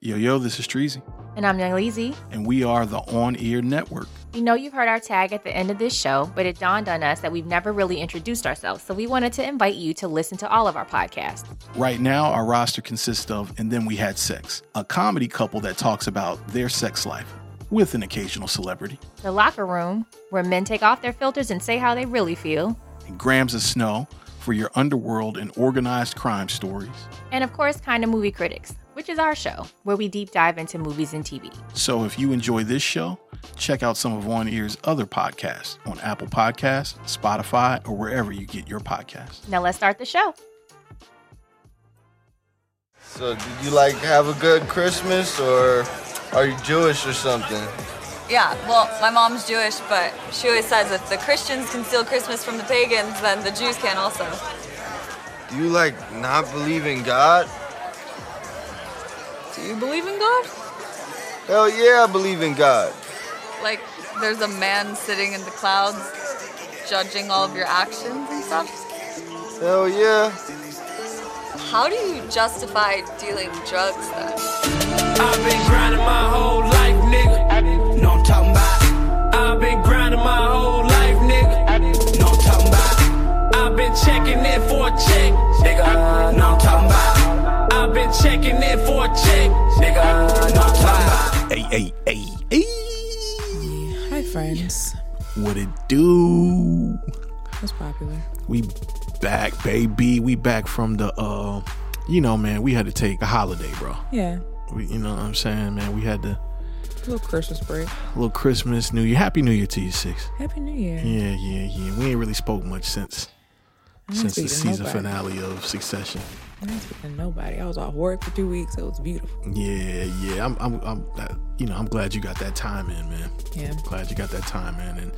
Yo, yo, this is Treasy, And I'm Young Leezy. and we are the On Ear Network. We know you've heard our tag at the end of this show, but it dawned on us that we've never really introduced ourselves, so we wanted to invite you to listen to all of our podcasts. Right now, our roster consists of And Then We Had Sex, a comedy couple that talks about their sex life with an occasional celebrity, The Locker Room, where men take off their filters and say how they really feel. and Grams of Snow for your underworld and organized crime stories. And of course, Kinda Movie Critics, which is our show, where we deep dive into movies and TV. So if you enjoy this show, check out some of On Ear's other podcasts on Apple Podcasts, Spotify, or wherever you get your podcasts. Now let's start the show. So, did you like have a good Christmas, or are you Jewish or something? Yeah, well, my mom's Jewish, but she always says if the Christians can steal Christmas from the pagans, then the Jews can also. Do you like not believe in God? Do you believe in God? Hell yeah, I believe in God. Like, there's a man sitting in the clouds judging all of your actions and stuff? Hell yeah. How do you justify dealing drugs then? I've been grinding my whole life, nigga. No, I'm talking about. I've been grinding my whole life, nigga. No, I'm talking about. I've been checking it for a check, nigga. No, I'm talking about. I've been checking it for a check, nigga. No, I'm talking about. Hey, hey, hey, hey! Hi, friends. What it do? That's popular. We back, baby. We back from the uh you know, man, we had to take a holiday, bro. Yeah. We, you know what I'm saying, man? We had to little Christmas break. a little Christmas, New Year. Happy New Year to you six. Happy New Year. Yeah, yeah, yeah. We ain't really spoke much since I didn't since the speak to season nobody. finale of Succession. I didn't speak to nobody. I was off work for two weeks. It was beautiful. Yeah, yeah. I'm, I'm, I'm uh, you know, I'm glad you got that time in, man. Yeah. Glad you got that time in. And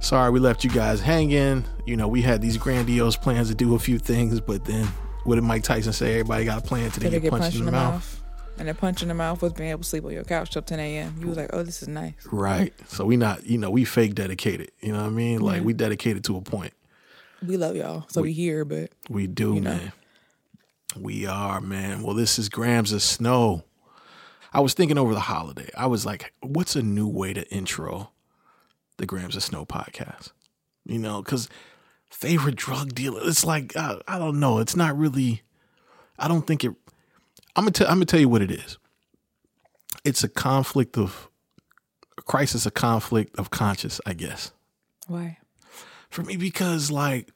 sorry we left you guys hanging. You know, we had these grandiose plans to do a few things, but then what did Mike Tyson say? Everybody got a plan till they Did get, I get punched, in the mouth. And the punch in the mouth was being able to sleep on your couch till 10 a.m. You was like, oh, this is nice. Right. So we not, you know, we fake dedicated. You know what I mean? Like we dedicated to a point. We love y'all. So we here, but We do, know. man. We are, man. Well, this is Grams of Snow. I was thinking over the holiday. I was like, what's a new way to intro the Grams of Snow podcast? You know, because favorite drug dealer, it's like, I, I don't know. It's not really, I don't think it, I'm going to I'm gonna tell you what it is. It's a conflict of, a crisis, a conflict of conscience, I guess why? for me because like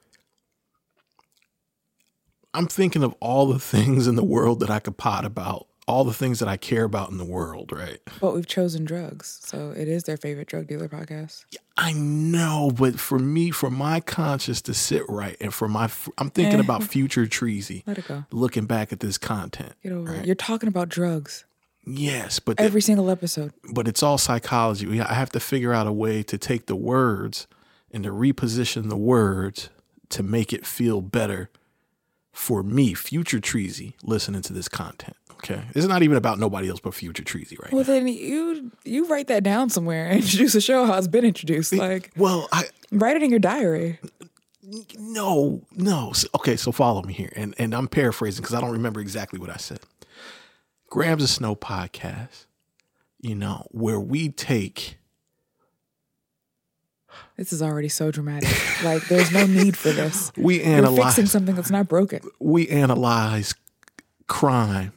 I'm thinking of all the things in the world that I could pot about, all the things that I care about in the world, right? But we've chosen drugs. So it is their favorite drug dealer podcast. I know, but for me, for my conscience to sit right and for my, I'm thinking about future Treasy Let it go. looking back at this content. Get over it. You're talking about drugs Yes, but the- every single episode. but it's all psychology. We, I have to figure out a way to take the words and to reposition the words to make it feel better for me, future Treasy, listening to this content. Okay, it's not even about nobody else but future Treasy, right? Well, now. then you you write that down somewhere and introduce the show how it's been introduced. Like, well, I write it in your diary. no, no. S- Okay, so follow me here, and and I'm paraphrasing because I don't remember exactly what I said. Grams of Snow podcast, you know, where we take. This is already so dramatic. Like, there's no need for this. We You're analyze. fixing something that's not broken. we analyze crime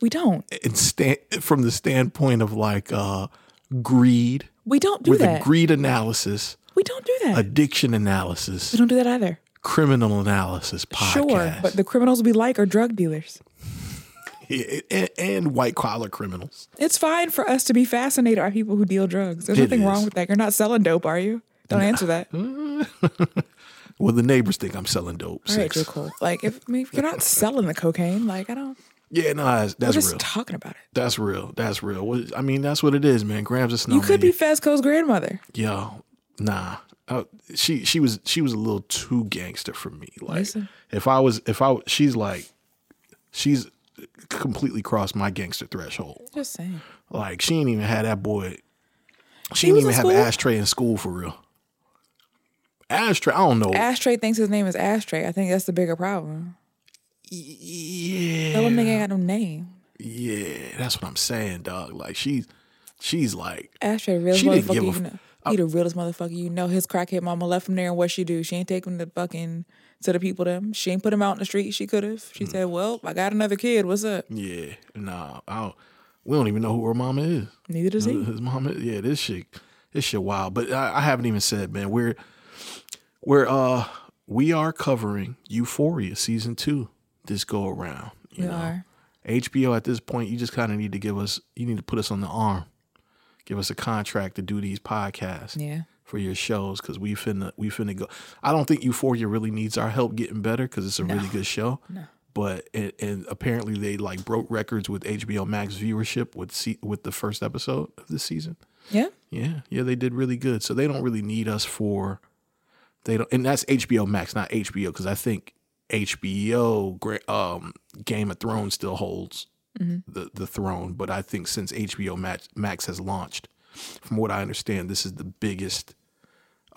We don't. and stand from the standpoint of like uh greed We don't do with that. a greed analysis, we don't do that. addiction we analysis, don't do that either. criminal analysis podcast, Sure, but the criminals we like are drug dealers. Yeah, and, and white collar criminals. It's fine for us to be fascinated by people who deal drugs. There's It nothing is. wrong with that. You're not selling dope, are you? Don't answer that. All Well, the neighbors think I'm selling dope. right, Six. you're cool. Like, if, I mean, if you're not selling the cocaine, like, I don't. Yeah, no, that's, We're that's just real. talking about it. that's real. That's real. What- I mean, that's what it is, man. Grams of snow. You could man. be Fesco's grandmother. yo, nah. Uh, she she was she was a little too gangster for me. Like Listen. if I was if I she's like she's completely crossed my gangster threshold. Just saying. Like she ain't even had that boy. She He ain't was even in have an school? ashtray in school for real. Ashtray, I don't know. Ashtray thinks his name is Ashtray. I think that's the bigger problem. yeah, That one nigga ain't got no name. Yeah, that's what I'm saying, dog. Like she's she's like Astra, the realest She didn't motherfucker give a you f- know. He the realest motherfucker you know. His crackhead mama left him there, and what she do? She ain't take him to fucking to the people. Them. She ain't put him out in the street. She could have. Mm. She said, "Well, I got another kid. What's up?" yeah, nah. I don't, we don't even know who her mama is. Neither does he. His mama, yeah, this shit, this shit wild. But I, I haven't even said, man. We're we're uh we are covering Euphoria season two this go around. You We know? are. HBO at this point, you just kind of need to give us, you need to put us on the arm, give us a contract to do these podcasts Yeah. for your shows because we finna we finna go. I don't think Euphoria really needs our help getting better because it's a really good show. But and, and apparently they like broke records with HBO Max viewership with se- with the first episode of this season. Yeah. Yeah, yeah, they did really good. So they don't really need us for they don't, and that's HBO Max, not HBO, because I think HBO Gra- um, Game of Thrones still holds the the throne, but I think since HBO Max, Max has launched, from what I understand, this is the biggest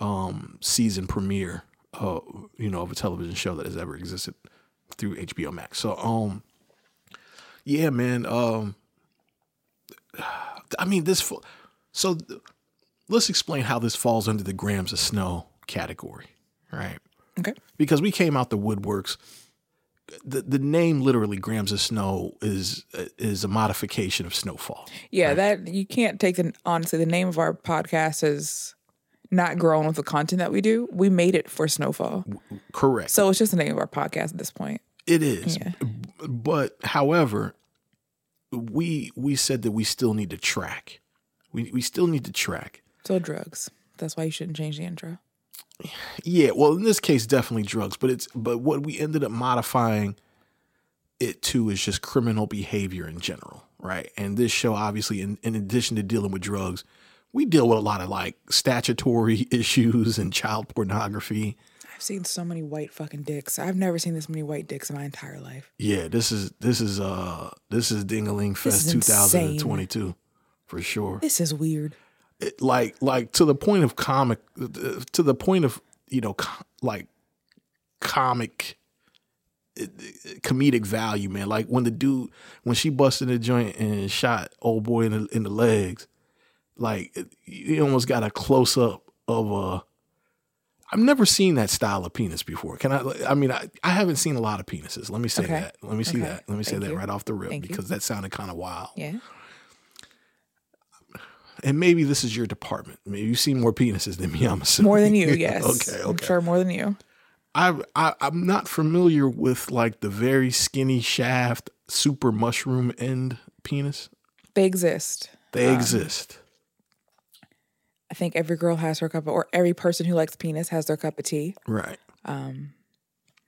um, season premiere, uh, you know, of a television show that has ever existed through HBO Max. So, um, yeah, man, um, I mean, this. fu- So th- let's explain how this falls under the grams of snow category, right? Okay. Because we came out the woodworks. The the name literally grams of snow is is a modification of snowfall. Yeah. That you can't take the honestly. The name of our podcast is not grown with the content that we do. We made it for Snowfall, Correct. so it's just the name of our podcast at this point. It is. B- But however, we we said that we still need to track. We we still need to track. So drugs. That's why you shouldn't change the intro. Yeah, well, in this case, definitely drugs. But it's but what we ended up modifying it to is just criminal behavior in general, right? And this show, obviously, in, in addition to dealing with drugs, we deal with a lot of like statutory issues and child pornography. I've seen so many white fucking dicks. I've never seen this many white dicks in my entire life. Yeah, this is this is uh this is Dingaling This Fest is 2022 for sure. This is weird. it- like like to the point of comic to the point of you know co- like comic comedic value man like when the dude when she busted the joint and shot old boy in the, in the legs like you almost got a close up of a I've never seen that style of penis before. Can I? I mean, I, I haven't seen a lot of penises. Let me say Okay. that. Let me see Okay. that. Let me say Thank that you. right off the rip Thank you. because that sounded kind of wild Yeah. and maybe this is your department. Maybe you've seen more penises than me. I'm assuming More than you, yes. okay, I'm okay. sure more than you. I, I I'm not familiar with like the very skinny shaft, super mushroom end penis. They exist. They exist. I think every girl has her cup of, or every person who likes penis has their cup of tea. Right.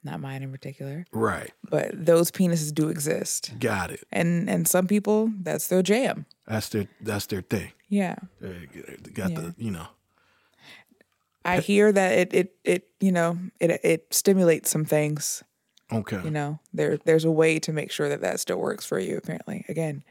Not mine in particular, Right. but those penises do exist. Got it. And and some people, that's their jam. That's their that's their thing. Yeah. They got the you know. I hear that it it it you know it it stimulates some things. Okay. You know there there's a way to make sure that that still works for you. Apparently, again,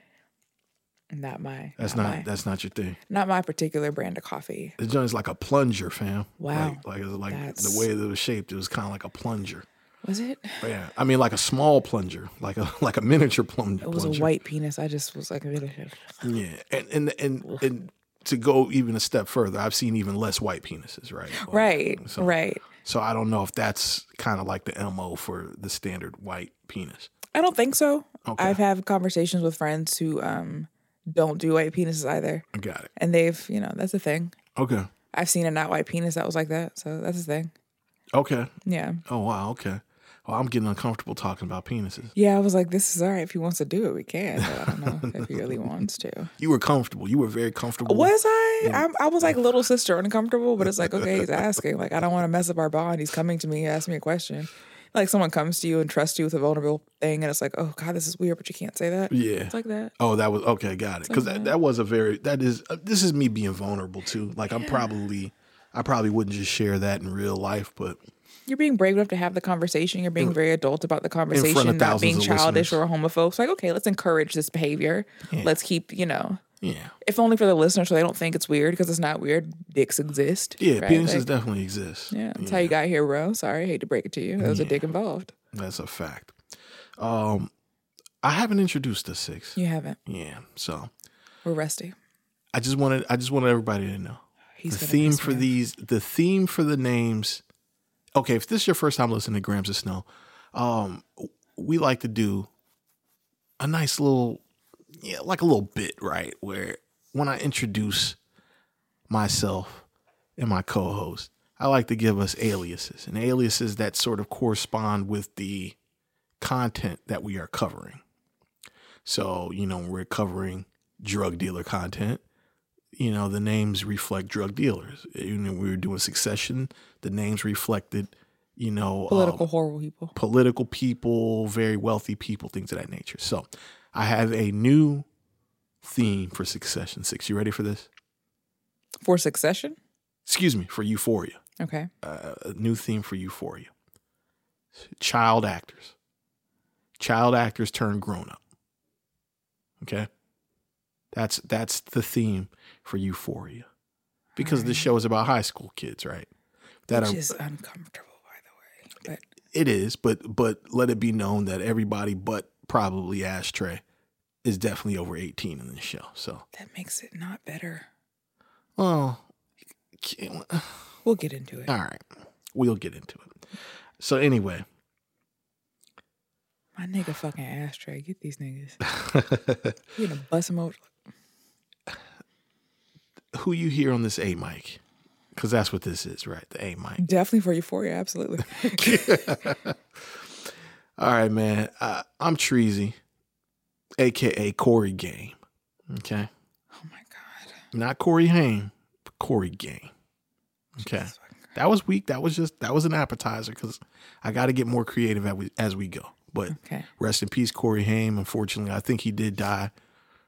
not my that's not not my, that's not your thing. not my particular brand of coffee. The joint's like a plunger, fam. Wow. Like like, it was like That's- the way that it was shaped, it was kind of like a plunger. Was it? Yeah. I mean, like a small plunger, like a like a miniature plum, It was plunger. a white penis. I just was like, Oh, "Ugh." Yeah, and and and, and to go even a step further, I've seen even less white penises, right? Like, right, So, right. So I don't know if that's kind of like the mo for the standard white penis. I don't think so. Okay. I've had conversations with friends who um don't do white penises either, I got it. and they've you know that's a thing. Okay. I've seen a not white penis that was like that, so that's a thing. Okay. Yeah, Oh wow. Okay. Well, I'm getting uncomfortable talking about penises. yeah. I was like, this is all right if he wants to do it, we can. But I don't know if he really wants to. You were comfortable. You were very comfortable. Was I? I'm, I was like little sister uncomfortable, but it's like okay, he's asking. Like I don't want to mess up our bond. He's coming to me, ask me a question. Like someone comes to you and trusts you with a vulnerable thing, and it's like, oh god, this is weird, but you can't say that. Yeah. it's like that. Oh, that was okay. Got it. Because that, that was a very that is uh, this is me being vulnerable too. Like I'm probably I probably wouldn't just share that in real life, but You're being brave enough to have the conversation. You're being very adult about the conversation, not thousands being of childish listeners. or homophobic. It's like, okay, let's encourage this behavior. Let's keep, you know, yeah, if only for the listener, so they don't think it's weird because it's not weird. Dicks exist. yeah, right? penises Like, definitely exist. yeah, that's how you got here, bro. Sorry, hate to break it to you. There was a dick involved. That's a fact. Um, I haven't introduced the six. You haven't. Yeah. So We're rusty. I just wanted I just wanted everybody to know. the He's gonna theme miss for me. these the theme for the names okay if this is your first time listening to grams of snow um we like to do a nice little yeah like a little bit right where when i introduce myself and my co-host i like to give us aliases and aliases that sort of correspond with the content that we are covering so you know we're covering drug dealer content you know, the names reflect drug dealers. You know, we were doing succession, the names reflected, you know, um, political horrible people. political people, very wealthy people, things of that nature. So I have a new theme for succession six. You ready for this? For succession? Excuse me, for euphoria. Okay. Uh, a new theme for euphoria. Child actors. Child actors turn grown up. Okay? That's that's the theme for euphoria. Because this show is about high school kids, right? That Which are is uncomfortable, by the way. But it is, but but let it be known that everybody but probably Ashtray is definitely over 18 in this show. So, that makes it not better. oh, can't- We'll get into it. all right. We'll get into it. So anyway, My nigga fucking ashtray. Get these niggas. You're gonna bust them over. who you hear on this A mic, because that's what this is, right? The A mic. Definitely for euphoria, absolutely. All right, man. Uh, I'm Treasy, aka Corey Game. Okay, oh my god. not Corey Haim, but Corey Game. Okay, that was weak. That was just that was an appetizer because I got to get more creative as we, as we go. But Okay. rest in peace, Corey Haim. Unfortunately, I think he did die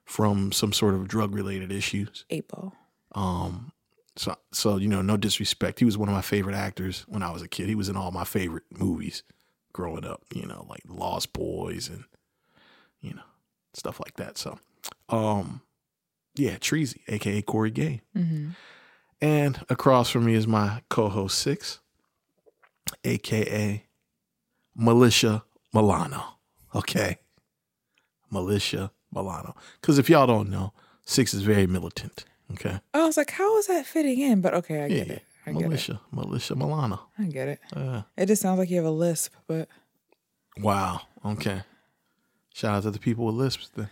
from some sort of drug related issues. Eight ball. Um, so so you know, no disrespect. He was one of my favorite actors when I was a kid. He was in all my favorite movies growing up. You know, like Lost Boys and you know stuff like that. So, um, yeah, Treasy, aka Corey Gay, Mm-hmm. and across from me is my co-host Six, aka Militia Milano. Okay, Militia Milano. Because if y'all don't know, Six is very militant. Okay. I was like, how is that fitting in? But okay, I get Yeah, it. I get Militia, Militia Milano. it. I get it. Uh, It just sounds like you have a lisp, but wow. Okay. Shout out to the people with lisps. Then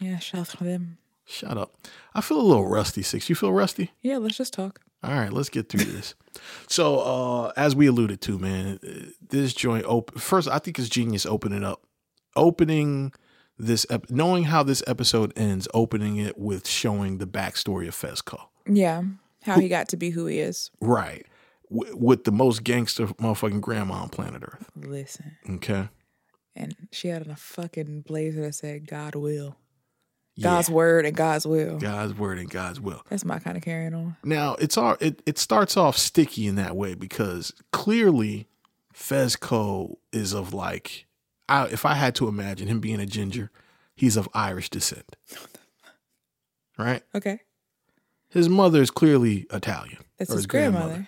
yeah, shout out to them. shut up. I feel a little rusty. Six. You feel rusty? Yeah, let's just talk. All right. Let's get through this. So, uh, as we alluded to, man, uh, this joint open. First, I think it's genius opening up, opening this, ep- knowing how this episode ends, opening it with showing the backstory of Fesco. Yeah. How he got to be who he is. Right. W- with the most gangster motherfucking grandma on planet Earth. Listen. Okay. And she had on a fucking blazer that said God will. Yeah. God's word and God's will. God's word and God's will. That's my kind of carrying on. Now it's all it, it starts off sticky in that way because clearly Fezco is of like I, if I had to imagine him being a ginger, he's of Irish descent. Right? Okay. His mother is clearly Italian. That's or his grandmother.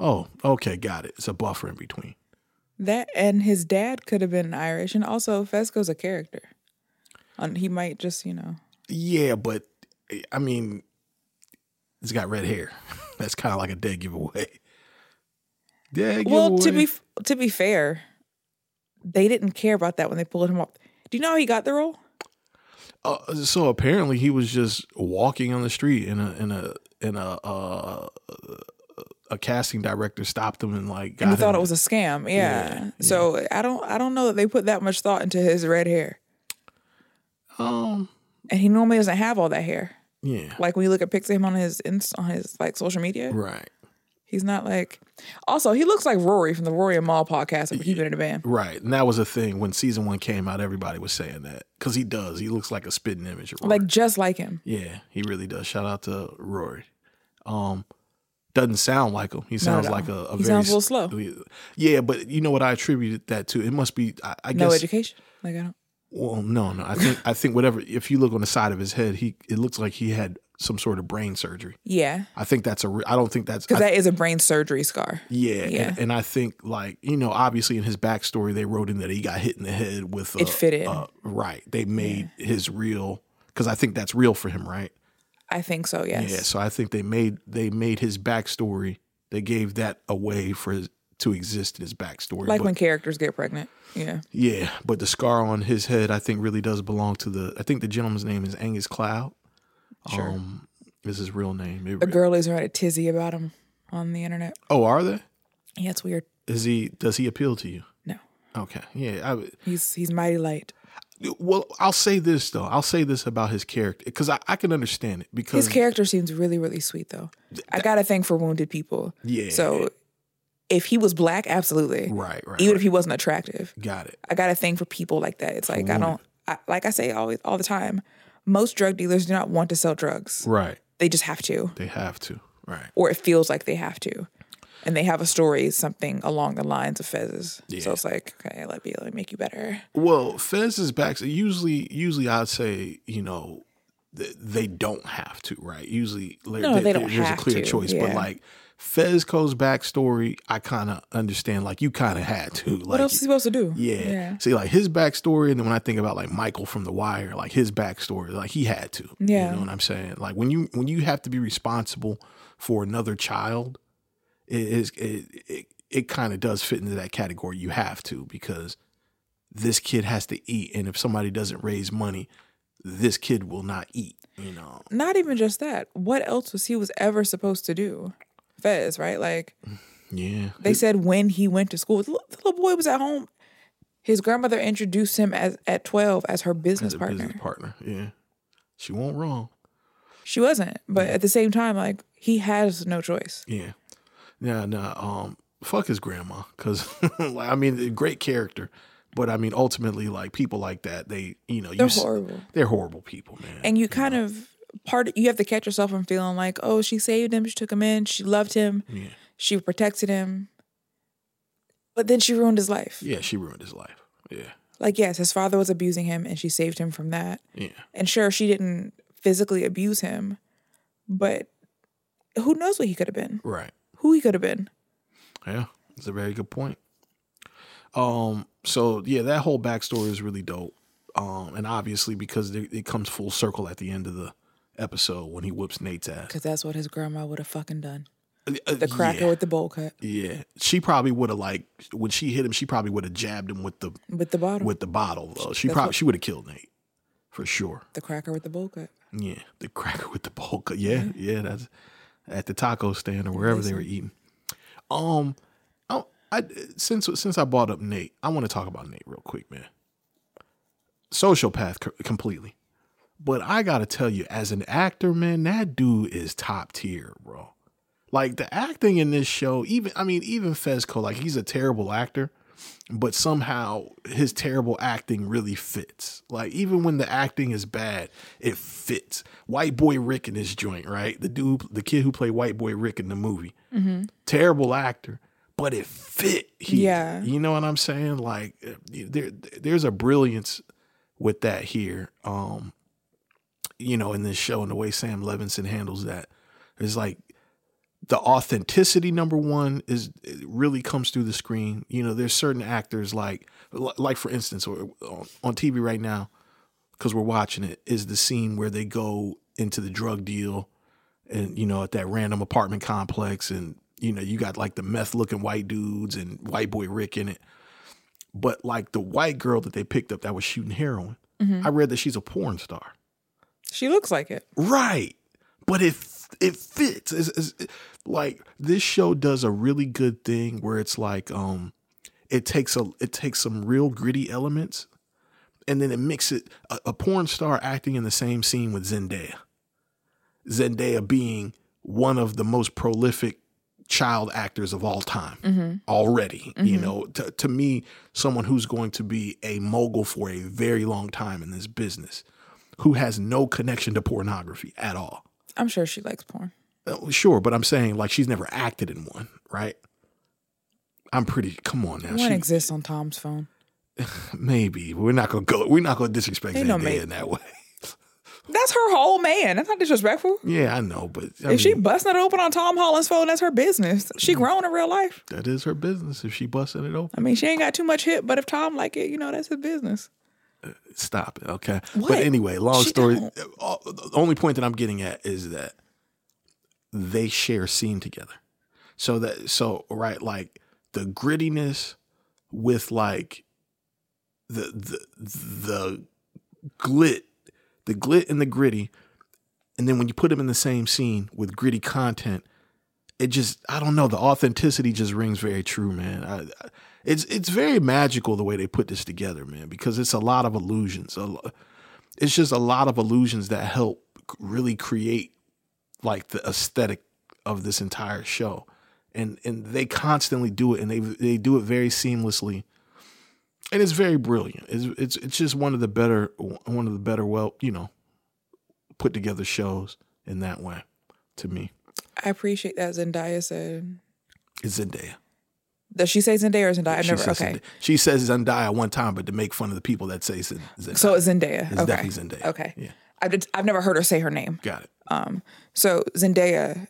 Oh, okay, got it. It's a buffer in between. That and his dad could have been Irish, and also Fesco's a character. Um, he might just, you know, Yeah, but I mean, he's got red hair. That's kind of like a dead giveaway. Dead giveaway. Well, to be f- to be fair, they didn't care about that when they pulled him up. Do you know how he got the role? Uh, so apparently he was just walking on the street and a in a in a uh, a casting director stopped him and like got And he him. thought it was a scam. Yeah. So I don't I don't know that they put that much thought into his red hair. um And he normally doesn't have all that hair. yeah Like when you look at pics of him on his inst- on his like social media, right he's not like. Also, he looks like Rory from the Rory and Maul podcast. If we keep it in the band, right and that was a thing when season one came out everybody was saying that because he does he looks like a spitting image of Rory. like just like him. yeah he really does shout out to Rory um doesn't sound like him he sounds all. like a, a He very sounds a little yeah but you know what I attributed that to it must be I, I No guess education. Like I don't. Well, no, no. I think I think whatever. If you look on the side of his head, he it looks like he had some sort of brain surgery. Yeah. I think that's a. Re- I don't think that's. I Because that is a brain surgery scar. Yeah, Yeah. And, and I think like you know, obviously in his backstory, they wrote in that he got hit in the head with a, It fit in. a- right. They made his real because I think that's real for him, right? I think so, yes. Yeah. So I think they made they made his backstory. They gave that away for his, to exist in his backstory. like but, when characters get pregnant. Yeah. yeah, but the scar on his head, I think, really does belong to the. I think the gentleman's name is Angus Cloud. Sure. Um, is his real name? It the re- girlies are at a tizzy about him on the internet. oh, are they? Yeah, it's weird. Is he? Does he appeal to you? No. Okay. Yeah. I, He's he's mighty light. Well, I'll say this though. I'll say this about his character because I, I can understand it because His character seems really, really sweet though. I got a thing for wounded people. Yeah. So if he was black, absolutely. right, right, Even right. if he wasn't attractive. got it. I got a thing for people like that. It's like I don't I, like I say always all the time. Most drug dealers do not want to sell drugs. Right, They just have to. they have to. Right, or it feels like they have to. And they have a story, something along the lines of Fez's. So it's like, okay, let me let me make you better. Well, Fez is back. So usually, usually I'd say you know th- they don't have to. Right. Usually, like, No, there- they don't There's have a clear to, choice, but yeah. like Fezco's backstory, I kind of understand. Like you kind of had to. Like, What else is he supposed to do? Yeah. See, like his backstory, and then when I think about like Michael from The Wire, like his backstory, like he had to. Yeah. You know what I'm saying? Like when you when you have to be responsible for another child, it is it it, it kind of does fit into that category. You have to because this kid has to eat, and if somebody doesn't raise money, this kid will not eat. You know. Not even just that. What else was he was ever supposed to do? Fez, right? Like Yeah. they said when he went to school, the li- the little boy was at home. His grandmother introduced him as at twelve as her business As a partner. business partner. Yeah. She won't wrong. She wasn't, but at the same time, like he has no choice. Yeah. Yeah, no. Um, fuck his grandma, because I mean, a great character, but I mean, ultimately, like people like that, they you know, They're you, s- horrible. They're horrible people, man. and you kind of part you have to catch yourself from feeling like oh she saved him she took him in she loved him Yeah. she protected him but then she ruined his life yeah, she ruined his life. Yeah, like yes his father was abusing him and she saved him from that yeah, and sure she didn't physically abuse him but who knows what he could have been right. who he could have been Yeah, it's a very good point. Um, so yeah, that whole backstory is really dope. Um, and obviously because it, it comes full circle at the end of the episode when he whoops Nate's ass. because that's what his grandma would have fucking done The the cracker with the bowl cut Yeah, she probably would have like when she hit him. She probably would have jabbed him with the with the bottle with the bottle though. She That's probably what- she would have killed Nate for sure. the cracker with the bowl cut Yeah, the cracker with the polka. Yeah, Mm-hmm. yeah, that's at the taco stand or wherever they were eating. Um, I, I since since I brought up Nate, I want to talk about Nate real quick, man. Sociopath c- completely, but I gotta tell you, as an actor, man, that dude is top tier, bro. Like the acting in this show, even I mean, even Fezco, like he's a terrible actor, but somehow his terrible acting really fits. Like even when the acting is bad, it fits. White boy Rick in this joint, right? The dude, the kid who played White boy Rick in the movie, terrible actor, but it fit. Here. Yeah. you know what I'm saying? Like uh, there, there's a brilliance with that here. Um, you know, in this show and the way Sam Levinson handles that, it's like the authenticity number one is it really comes through the screen. You know, there's certain actors like like for instance, or on, on TV right now because we're watching it is the scene where they go into the drug deal and you know at that random apartment complex and you know you got like the meth looking white dudes and white boy Rick in it. But like the white girl that they picked up that was shooting heroin, I read that she's a porn star. she looks like it Right. But it it fits. It's, it's, it- like this show does a really good thing where it's like um it takes a it takes some real gritty elements and then it mixes it a, a porn star acting in the same scene with Zendaya. Zendaya being one of the most prolific child actors of all time already you know to, to me someone who's going to be a mogul for a very long time in this business who has no connection to pornography at all i'm sure she likes porn uh, sure but i'm saying like she's never acted in one right i'm pretty come on now one she, exists on tom's phone maybe we're not gonna go we're not gonna disrespect Ain't no Zendaya may- in that way That's her whole man. That's not disrespectful. Yeah, I know, but I If she mean, Mm-hmm. busting it open on Tom Holland's phone, that's her business. She grown in real life. that is her business. If she busting it open, I mean, she ain't got too much hit, but if Tom like it, you know, that's his business. stop it. Okay. What? But anyway, long She story. don't. uh, The only point that I'm getting at is that they share a scene together. So that so right like the grittiness with like the the the glit, the glit and the gritty, and then when you put them in the same scene with gritty content, it just I don't know the authenticity just rings very true, man. I, I, it's it's very magical the way they put this together, man, because it's a lot of illusions. A lo- It's just a lot of illusions that help really create like the aesthetic of this entire show, and and they constantly do it, and they they do it very seamlessly, and it's very brilliant. It's it's it's just one of the better one of the better well you know put together shows in that way to me. I appreciate that Zendaya said. It's Zendaya. Does she say Zendaya or Zendaya? I've she never. says Okay. Zendaya. She says Zendaya one time, but to make fun of the people that say Zen- Zendaya. So it's Zendaya. It's okay. definitely Zendaya. Okay. Yeah. I've, just- I've never heard her say her name. got it. Um, so Zendaya,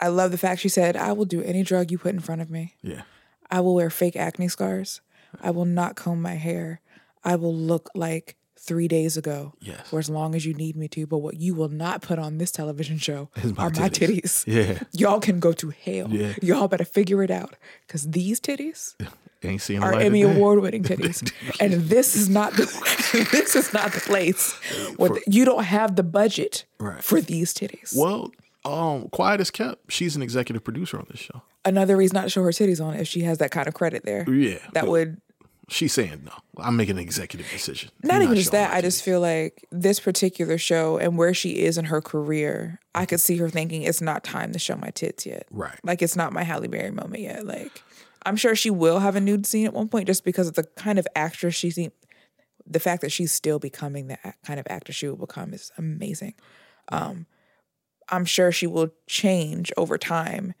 I love the fact she said, I will do any drug you put in front of me. Yeah, I will wear fake acne scars. I will not comb my hair. I will look like three days ago Yes. for as long as you need me to. But what you will not put on this television show Is my are my titties. yeah. titties. Y'all can go to hell. Yeah. Y'all better figure it out because these titties Ain't seen are a Emmy award winning titties, and this is not the this is not the place where the- you don't have the budget Right. for these titties. Well, um, quiet as kept. She's an executive producer on this show. Another reason not to show her titties on if she has that kind of credit there. Yeah, that but- would She's saying no. I'm making an executive decision. not You're even just showing that. my I just titties. feel like this particular show and where she is in her career, I could see her thinking it's not time to show my tits yet. Right. Like it's not my Halle Berry moment yet. Like I'm sure she will have a nude scene at one point just because of the kind of actress she seems. The fact that she's still becoming the act- kind of actress she will become is amazing. Um, I'm sure she will change over time,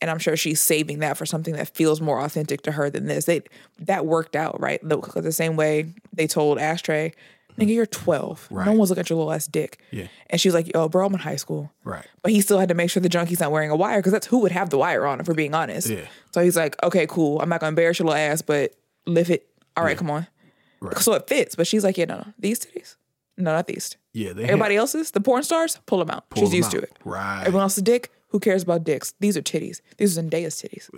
and I'm sure she's saving that for something that feels more authentic to her than this. They that worked out right the, the same way they told Ashtray, "Nigga, you're 12. Right. No one's looking at your little ass dick." Yeah. and she was like, "Yo, bro, I'm in high school." right. But he still had to make sure the junkie's not wearing a wire because that's who would have the wire on, if we're being honest. Yeah. So he's like, okay, cool. I'm not going to embarrass your little ass, but lift it. All right, come on. Right. So it fits. But she's like, yeah, no, no. These titties? No, not these. Yeah, they Everybody else's, the porn stars, pull them out. pull she's them used to out. it. Right. Everyone else's dick, who cares about dicks? These are titties. These are Zendaya's titties.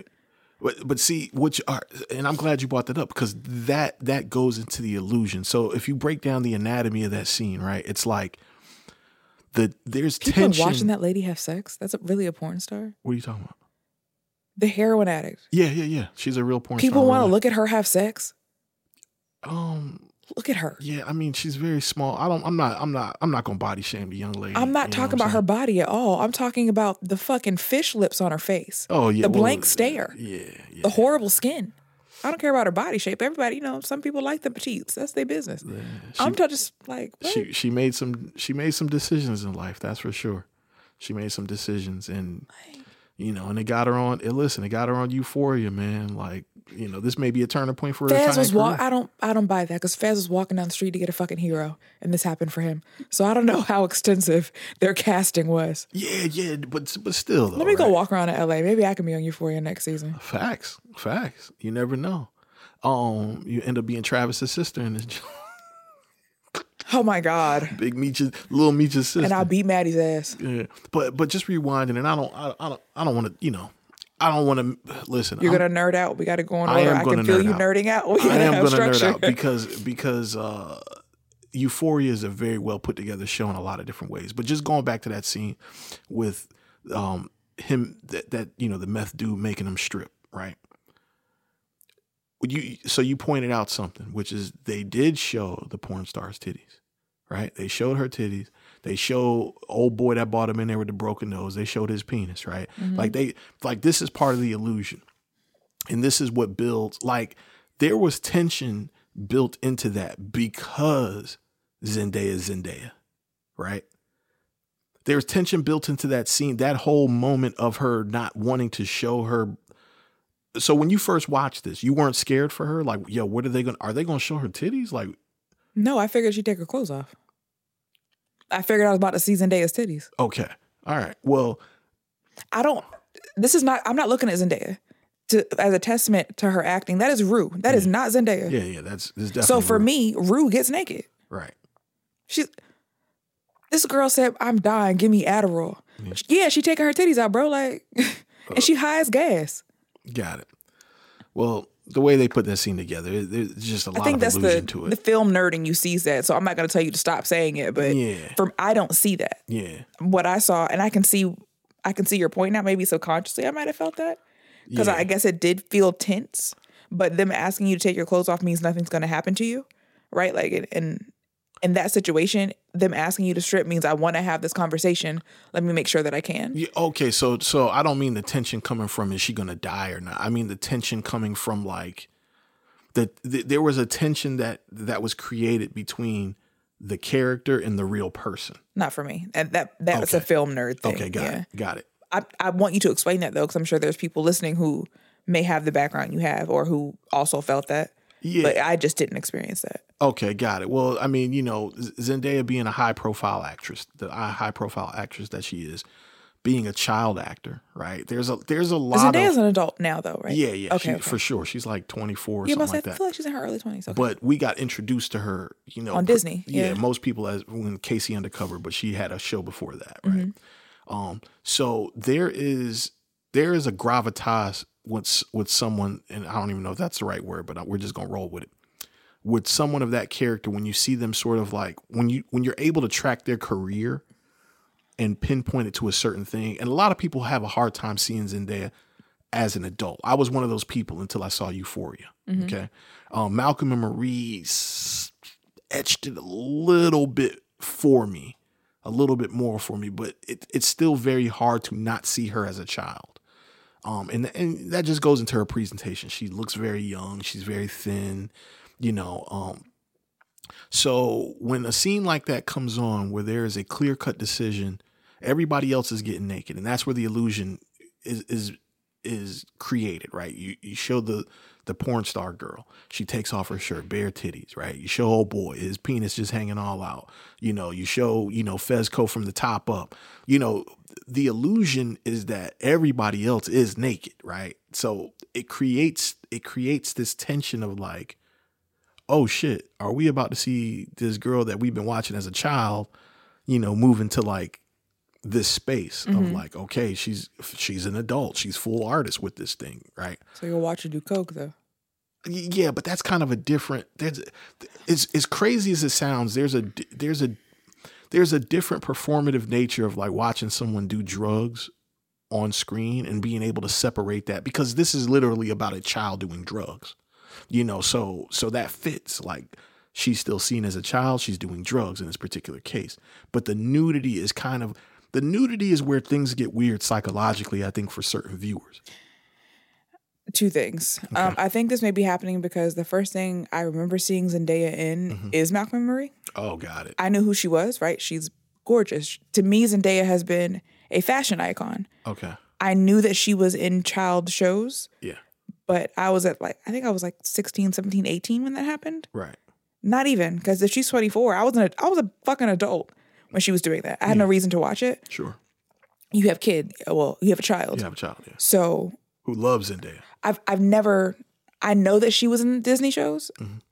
But but see, which are and I'm glad you brought that up because that that goes into the illusion. So if you break down the anatomy of that scene, right, it's like the there's People tension. are watching that lady have sex. That's a, really a porn star. What are you talking about? The heroin addict. Yeah, yeah, yeah. She's a real porn star People in want to real look at her have sex. life. Um, Look at her. yeah. I mean, she's very small. I don't. I'm not. I'm not. I'm not gonna body shame the young lady. I'm not you know talking what about her I'm body at all. I'm talking about the fucking fish lips on her face. saying? Oh yeah. The well, blank stare. Yeah, yeah. The horrible skin. I don't care about her body shape. Everybody, you know, some people like the petites. That's their business. I'm ta- just like, what? she she made some she made some decisions in life. That's for sure. She made some decisions, and you know, and it got her on. It listen, it got her on Euphoria, man. Like you know, this may be a turning point for her. Fez entire was walk. career. I don't. I don't buy that because Fez was walking down the street to get a fucking hero, and this happened for him. So I don't know how extensive their casting was. Yeah, yeah, but but still, though, Let me go right? walk around in L.A. Maybe I can be on Euphoria next season. Facts, facts. You never know. Um, you end up being Travis's sister in this Oh my god! big Meech's little Meech's sister. And I'll beat Maddie's ass. yeah. But but just rewinding, and I don't I, I don't I don't want to you know I don't want to listen. You're I'm- gonna nerd out. We got to go in I order. am I, gonna can feel nerd you out. nerding out. We I gotta am have going to nerd structure. out because because uh, Euphoria is a very well put together show in a lot of different ways. But just going back to that scene with um, him that that you know the meth dude making him strip right. Would You so you pointed out something, which is they did show the porn star's titties, right? They showed her titties. They show old boy that bought him in there with the broken nose. They showed his penis, right? Mm-hmm. Like they like this is part of the illusion and this is what builds like there was tension built into that because Zendaya is Zendaya, right? There was tension built into that scene, that whole moment of her not wanting to show her. So when you first watched this, you weren't scared for her. Like, yo, what are they gonna? Are they gonna show her titties? Like, No, I figured she'd take her clothes off. I figured I was about to see Zendaya's titties. Okay. All right. Well, I don't. This is not. I'm not looking at Zendaya to as a testament to her acting. That is Rue. That is not Zendaya. yeah, yeah. That's, that's definitely so for rude. me, Rue gets naked. right? She's this girl said, "I'm dying. Give me Adderall." Yeah, she taking her titties out, bro. Like, Uh, and she high as gas. Got it. Well, the way they put that scene together, it- there's just a lot I think of that's the allusion to the it. film nerd and you sees that. So I'm not gonna tell you to stop saying it, but Yeah. from I don't see that. yeah, What I saw, and I can see, I can see your point now. Maybe subconsciously, I might have felt that because Yeah. I guess it did feel tense. But them asking you to take your clothes off means nothing's gonna happen to you, right? Like, and in, in that situation, them asking you to strip means I want to have this conversation. Let me make sure that I can. yeah. Okay, so so I don't mean the tension coming from is she gonna die or not. I mean the tension coming from like the, the there was a tension that that was created between the character and the real person. Not for me. And that that was a Okay. film nerd thing. Okay, got yeah. it, got it. I, I want you to explain that though, because I'm sure there's people listening who may have the background you have or who also felt that. Yeah. But I just didn't experience that. Okay, got it. Well, I mean, you know, Z- Zendaya being a high profile actress, the high profile actress that she is, being a child actor, right? There's a there's a lot of Zendaya's an adult now though, right? Yeah, yeah, Okay. she, okay. for sure. She's like 24 or yeah, something most, like I that. feel like she's in her early 20s. Okay. But we got introduced to her, you know, On pr- Disney, yeah. most people as when Casey Undercover, but she had a show before that, Mm-hmm. right? Um, so there is there is a gravitas with s- with someone, and I don't even know if that's the right word, but I- we're just gonna roll with it. With someone of that character, when you see them, sort of like when you when you're able to track their career and pinpoint it to a certain thing, and a lot of people have a hard time seeing Zendaya as an adult. I was one of those people until I saw Euphoria. Mm-hmm. Okay. Um, Malcolm and Marie s- etched it a little bit for me, a little bit more for me, but it, it's still very hard to not see her as a child. Um, and, and that just goes into her presentation. She looks very young, she's very thin, you know. Um, so when a scene like that comes on where there is a clear cut decision, everybody else is getting naked, and that's where the illusion is is is created, right? You you show the the porn star girl, she takes off her shirt, bare titties, right? You show old boy, his penis just hanging all out. You know, you show, you know, Fezco from the top up. You know, the illusion is that everybody else is naked, right? So it creates it creates this tension of like, oh shit, are we about to see this girl that we've been watching as a child, you know, move into like this space of like, okay, she's she's an adult, she's full artist with this thing, right? so you'll watch her do coke though. Y- Yeah, but that's kind of a different. There's, it's as crazy as it sounds. There's a di- there's a there's a different performative nature of like watching someone do drugs on screen and being able to separate that because this is literally about a child doing drugs you know so so that fits like she's still seen as a child she's doing drugs in this particular case but the nudity is kind of the nudity is where things get weird psychologically i think for certain viewers Two things. Um, I think this may be happening because the first thing I remember seeing Zendaya in Mm-hmm. is Malcolm and Marie. oh got it I knew who she was, right? She's gorgeous. To me, Zendaya has been a fashion icon. okay I knew that she was in child shows. yeah but I was at like I think I was like 16, 17, 18 when that happened. right Not even because if she's 24, I was an, I was a fucking adult when she was doing that. I had no reason to watch it. sure You have kid, uh, well, you have a child. you have a child yeah So who loves Zendaya. I've I've never I know that she was in Disney shows.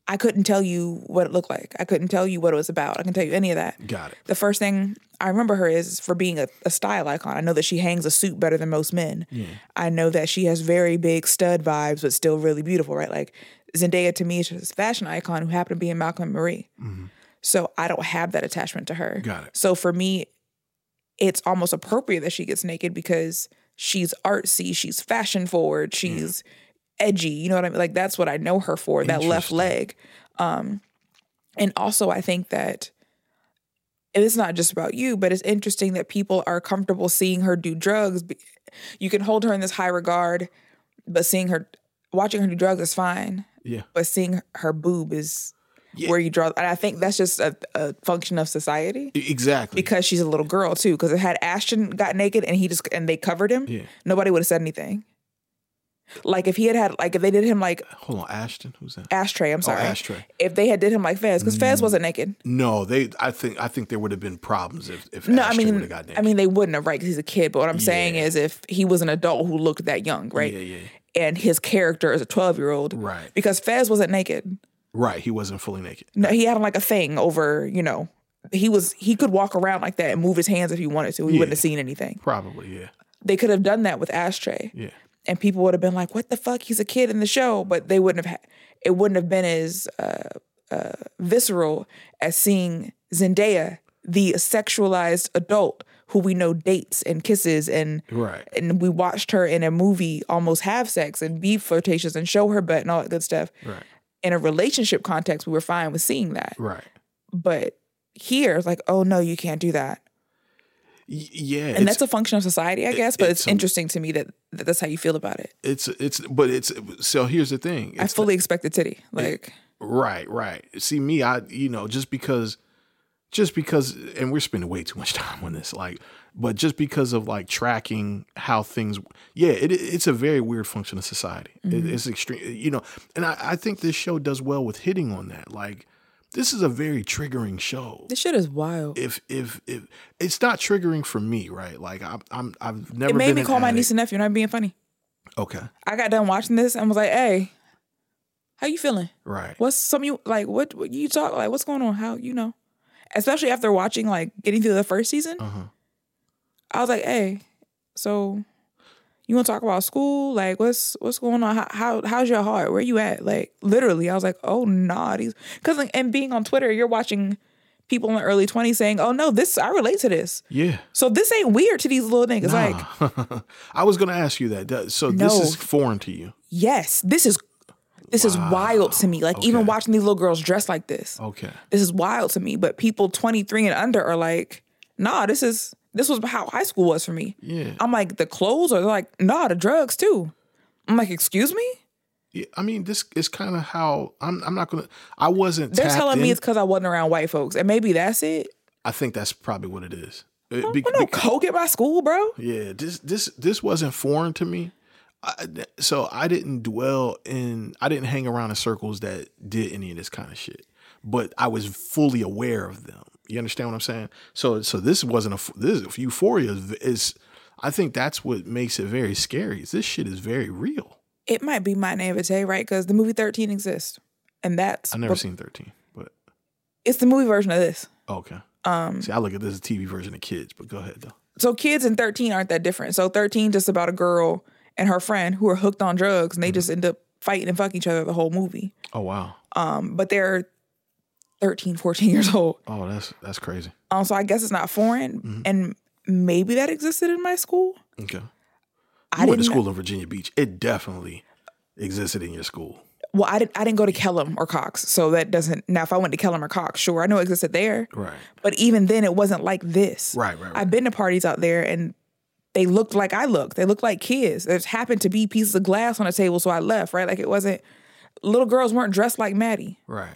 I couldn't tell you what it looked like. I couldn't tell you what it was about. I can tell you any of that. Got it. The first thing I remember her is for being a, a style icon. I know that she hangs a suit better than most men. I know that she has very big stud vibes, but still really beautiful, right? Like Zendaya to me is just a fashion icon who happened to be in Malcolm and Marie. So I don't have that attachment to her. Mm-hmm. Got it. So for me, it's almost appropriate that she gets naked because she's artsy, she's fashion forward, she's edgy. You know what I mean? Like that's what I know her for, that left Interesting. leg. Um, and also I think that and it's not just about you, but it's interesting that people are comfortable seeing her do drugs. Be- You can hold her in this high regard, but seeing her watching her do drugs is fine. Yeah. But seeing her boob is Yeah. where you draw and I think that's just a, a function of society E, Exactly. because she's a little girl too. Because had Ashton got naked and he just and they covered him, Yeah. nobody would have said anything. Like if he had had like if they did him like Hold on, Ashton. Who's that? ashtray, I'm sorry, Oh, Ashtray. Mm. If they had did him like Fez, because Fez wasn't naked. No, they. I think. I think there would have been problems if if Ashton No, I would mean, have got naked. I mean, they wouldn't have, right? Because he's a kid. But what I'm saying Yeah. is, if he was an adult who looked that young, right? Yeah, yeah. And his character is a 12 year old, Right. Because Fez wasn't naked. right. He wasn't fully naked. No, he had like a thing over, you know, he was he could walk around like that and move his hands if he wanted to. We wouldn't have seen anything. Probably. Yeah. They could have done that with Ashtray, Yeah. and people would have been like, "What the fuck? He's a kid in the show," but they wouldn't have. Ha- it wouldn't have been as uh, uh, visceral as seeing Zendaya, the sexualized adult who we know dates and kisses and Right. and we watched her in a movie almost have sex and be flirtatious and show her butt and all that good stuff. Right. In a relationship context, we were fine with seeing that. Right. But here, it's like, oh no, you can't do that. Y- yeah. And it's- that's a function of society, I guess. But it's, it's a- interesting to me that, that that's how you feel about it. it's it's but it's so here's the thing I It's- fully expect a titty. Like, right right see me i you know just because just because and we're spending way too much time on this like but just because of like tracking how things yeah it, it's a very weird function of society Mm-hmm. it, it's extreme you know and I, I think this show does well with hitting on that like this is a very triggering show this shit is wild. if if if it's not triggering for me right like i'm, I'm i've never It made been me an call my addict. niece and nephew, and I'm being funny. okay I got done watching this and was like, hey, how you feeling? right What's some you like? What, what you talk like? What's going on? How you know? Especially after watching like getting through the first season, uh-huh I was like, hey, so you want to talk about school? Like, what's what's going on? How, how how's your heart? Where you at? Like, literally, I was like, oh nah, these because like, and being on Twitter, you're watching people in the early 20s saying, oh no, this I relate to this. yeah So this ain't weird to these little niggas. Like, Nah. I was going to ask you that. That- So this No. is foreign to you. yes, this is this is wild to me. Like, even Okay. Oh. watching these little girls dress like this. Okay. this is wild to me. But people 23 and under are like, nah, this is this was how high school was for me. Yeah. I'm like, the clothes are like, nah, the drugs too. I'm like, excuse me? Yeah, I mean, this is kind of how I'm. I'm not going to. I wasn't. They're tapped telling in. me it's because I wasn't around white folks. And maybe that's it. I think that's probably what it is. It- I be- don't know, be- coke at my school, bro. yeah. This this this wasn't foreign to me. I, so I didn't dwell in. I didn't hang around in circles that did any of this kind of shit. But I was fully aware of them. You understand what I'm saying? So so this wasn't a f- this euphoria is- is. I think that's what makes it very scary. Is this shit is very real. It might be my naivete, right? Because the movie 13 exists. And that's I've never but seen 13, but it's the movie version of this. okay. Um, See, I look at this as a TV version of kids, but go ahead though. So kids in 13 aren't that different. So 13 just about a girl and her friend who are hooked on drugs and they just end up fighting and fuck each other the whole movie. Um, Oh wow. but they're 13, 14 years old. Oh, that's that's crazy. Um, so I guess it's not foreign. And maybe that existed in my school. Okay. You I went to didn't school in Virginia Beach. It definitely existed in your school. well, I didn't I didn't go to Kellum or Cox. So that doesn't now if I went to Kellum or Cox, sure, I know it existed there. Right. But even then it wasn't like this. Right, right, right. I've been to parties out there and they looked like I looked. They looked like kids. There's happened to be pieces of glass on a table, so I left, right? Like it wasn't little girls weren't dressed like Maddie. Right.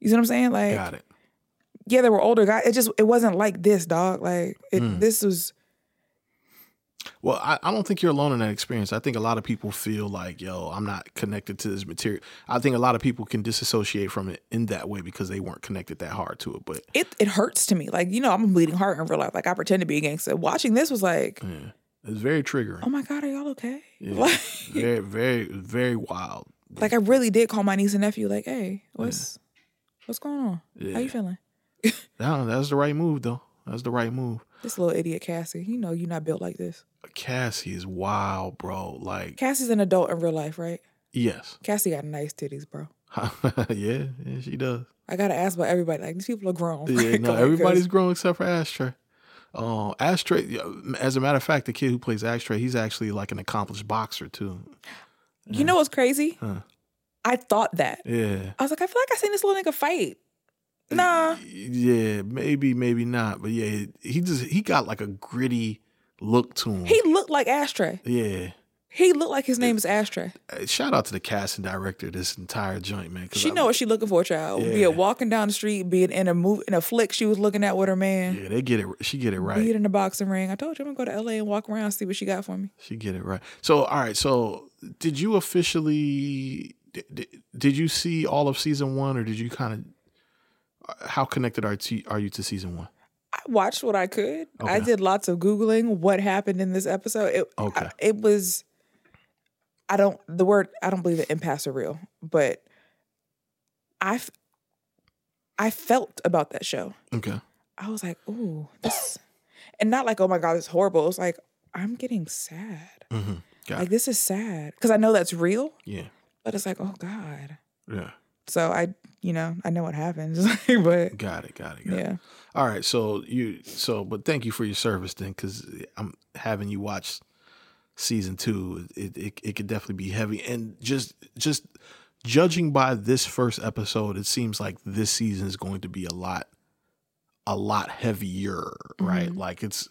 You see what I'm saying? Like Got it. yeah, there were older guys. It just it wasn't like this, dog. Like it, Hmm. this was Well, I, I don't think you're alone in that experience. I think a lot of people feel like, yo, I'm not connected to this material. I think a lot of people can disassociate from it in that way because they weren't connected that hard to it. But it it hurts to me. Like you know, I'm a bleeding heart in real life. Like I pretend to be a gangster. Watching this was like, yeah, it's very triggering. oh my god, are y'all okay? Hmm. Yeah. Like, very, very, very wild. like, I really did call my niece and nephew. Like, hey, what's what's going on? How Yeah. you feeling? Nah, that's the right move though. That's the right move. This little idiot Cassie. You know, you're not built like this. Cassie is wild, bro. Like, Cassie's an adult in real life, right? yes, Cassie got nice titties, bro. yeah, yeah, she does. I gotta ask about everybody. Like these people are grown. Yeah, Like, no, like, everybody's 'cause grown except for Ashtray. Uh, Ashtray, yeah, as a matter of fact, the kid who plays Ashtray, he's actually like an accomplished boxer too. You know what's crazy? I thought that. Yeah, I was like, I feel like I seen this little nigga fight. Nah, yeah, maybe, maybe not, but yeah, he just he got like a gritty look to him. he looked like Ashtray. yeah, He looked like his name is Ashtray. Uh, shout out to the cast and director of this entire joint, man. 'cause She I- know what she looking for, child. Be Yeah. it walking down the street, be it in a move in a flick she was looking at with her man, Yeah, they get it. She get it be it right. in a boxing ring. I told you I'm gonna go to LA and walk around see what she got for me. She get it right. So all right, so did you officially did, did you see all of season one, or did you kind of how connected are to, are you to season one? I watched what I could. I Okay. did lots of googling what happened in this episode. It I- Okay. it was I don't the word I don't believe the impacts are real, but I f- I felt about that show. Okay, I was like, "Ooh, this," and not like, "Oh my god, this is horrible." It's like I'm getting sad. mm-hmm. got Like it. this is sad because I know that's real, yeah, but it's like, "Oh God." yeah, So I, you know, I know what happens, but got it, got it, got it. yeah, All right, so you so but thank you for your service then, because I'm having you watch season two. It, it it could definitely be heavy, and just just judging by this first episode, it seems like this season is going to be a lot a lot heavier, Mm-hmm. right? Like it's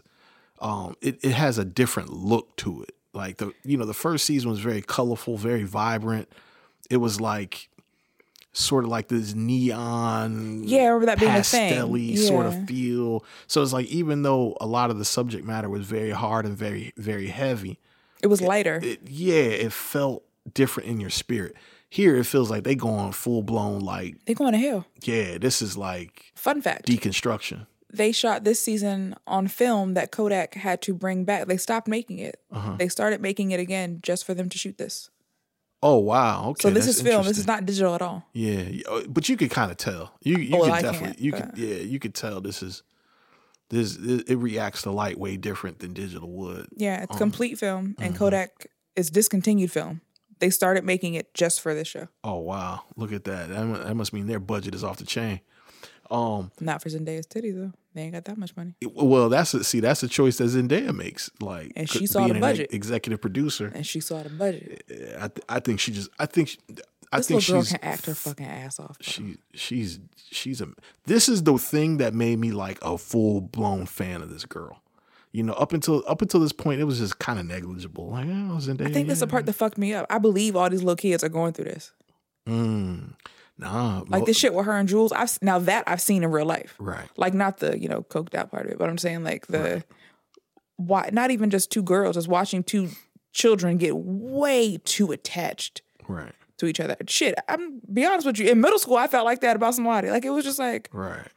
um it, it has a different look to it. Like the you know the first season was very colorful, very vibrant. It was like sort of like this neon Yeah, I remember that being a thing. pastel-y sort of Yeah. feel. So it's like even though a lot of the subject matter was very hard and very very heavy, it was lighter. it, yeah, it felt different in your spirit. Here it feels like they going full blown like they going to hell. yeah, this is like Fun fact: deconstruction. they shot this season on film that Kodak had to bring back. They stopped making it. Uh-huh. They started making it again just for them to shoot this. Oh wow, okay. So this that's is film. This interesting. is not digital at all. Yeah, y- oh, but you could kind of tell. You you Oh, well, could I definitely can't, you could but- yeah you could tell this is this it, it reacts to light way different than digital would. Yeah, it's complete film, Uh-huh. and Kodak is discontinued film. They started making it just for this show, Oh wow, look at that. That, mu- that must mean their budget is off the chain. Um, not for Zendaya's titties though. They ain't got that much money, it- well that's a, see that's a choice that Zendaya makes. Like And c- she saw the an budget. executive producer. and she saw the budget. I th- I think she just I think she, I This think little girl she's can act her fucking ass off. bro. she she's she's a this is the thing that made me like a full blown fan of this girl. You know, up until up until this point, it was just kind of negligible. Like, oh, Zendaya. I think that's the part that fucked me up. I believe all these little kids are going through this. Mm, nah, Like mo- this shit with her and Jules. I've s- now that I've seen in real life. Right. Like not the you know coked out part of it, but I'm saying like the why not even just two girls, just watching two children get way too attached Right. to each other. Shit, I'm be honest with you. In middle school, I felt like that about somebody. Like it was just like Right.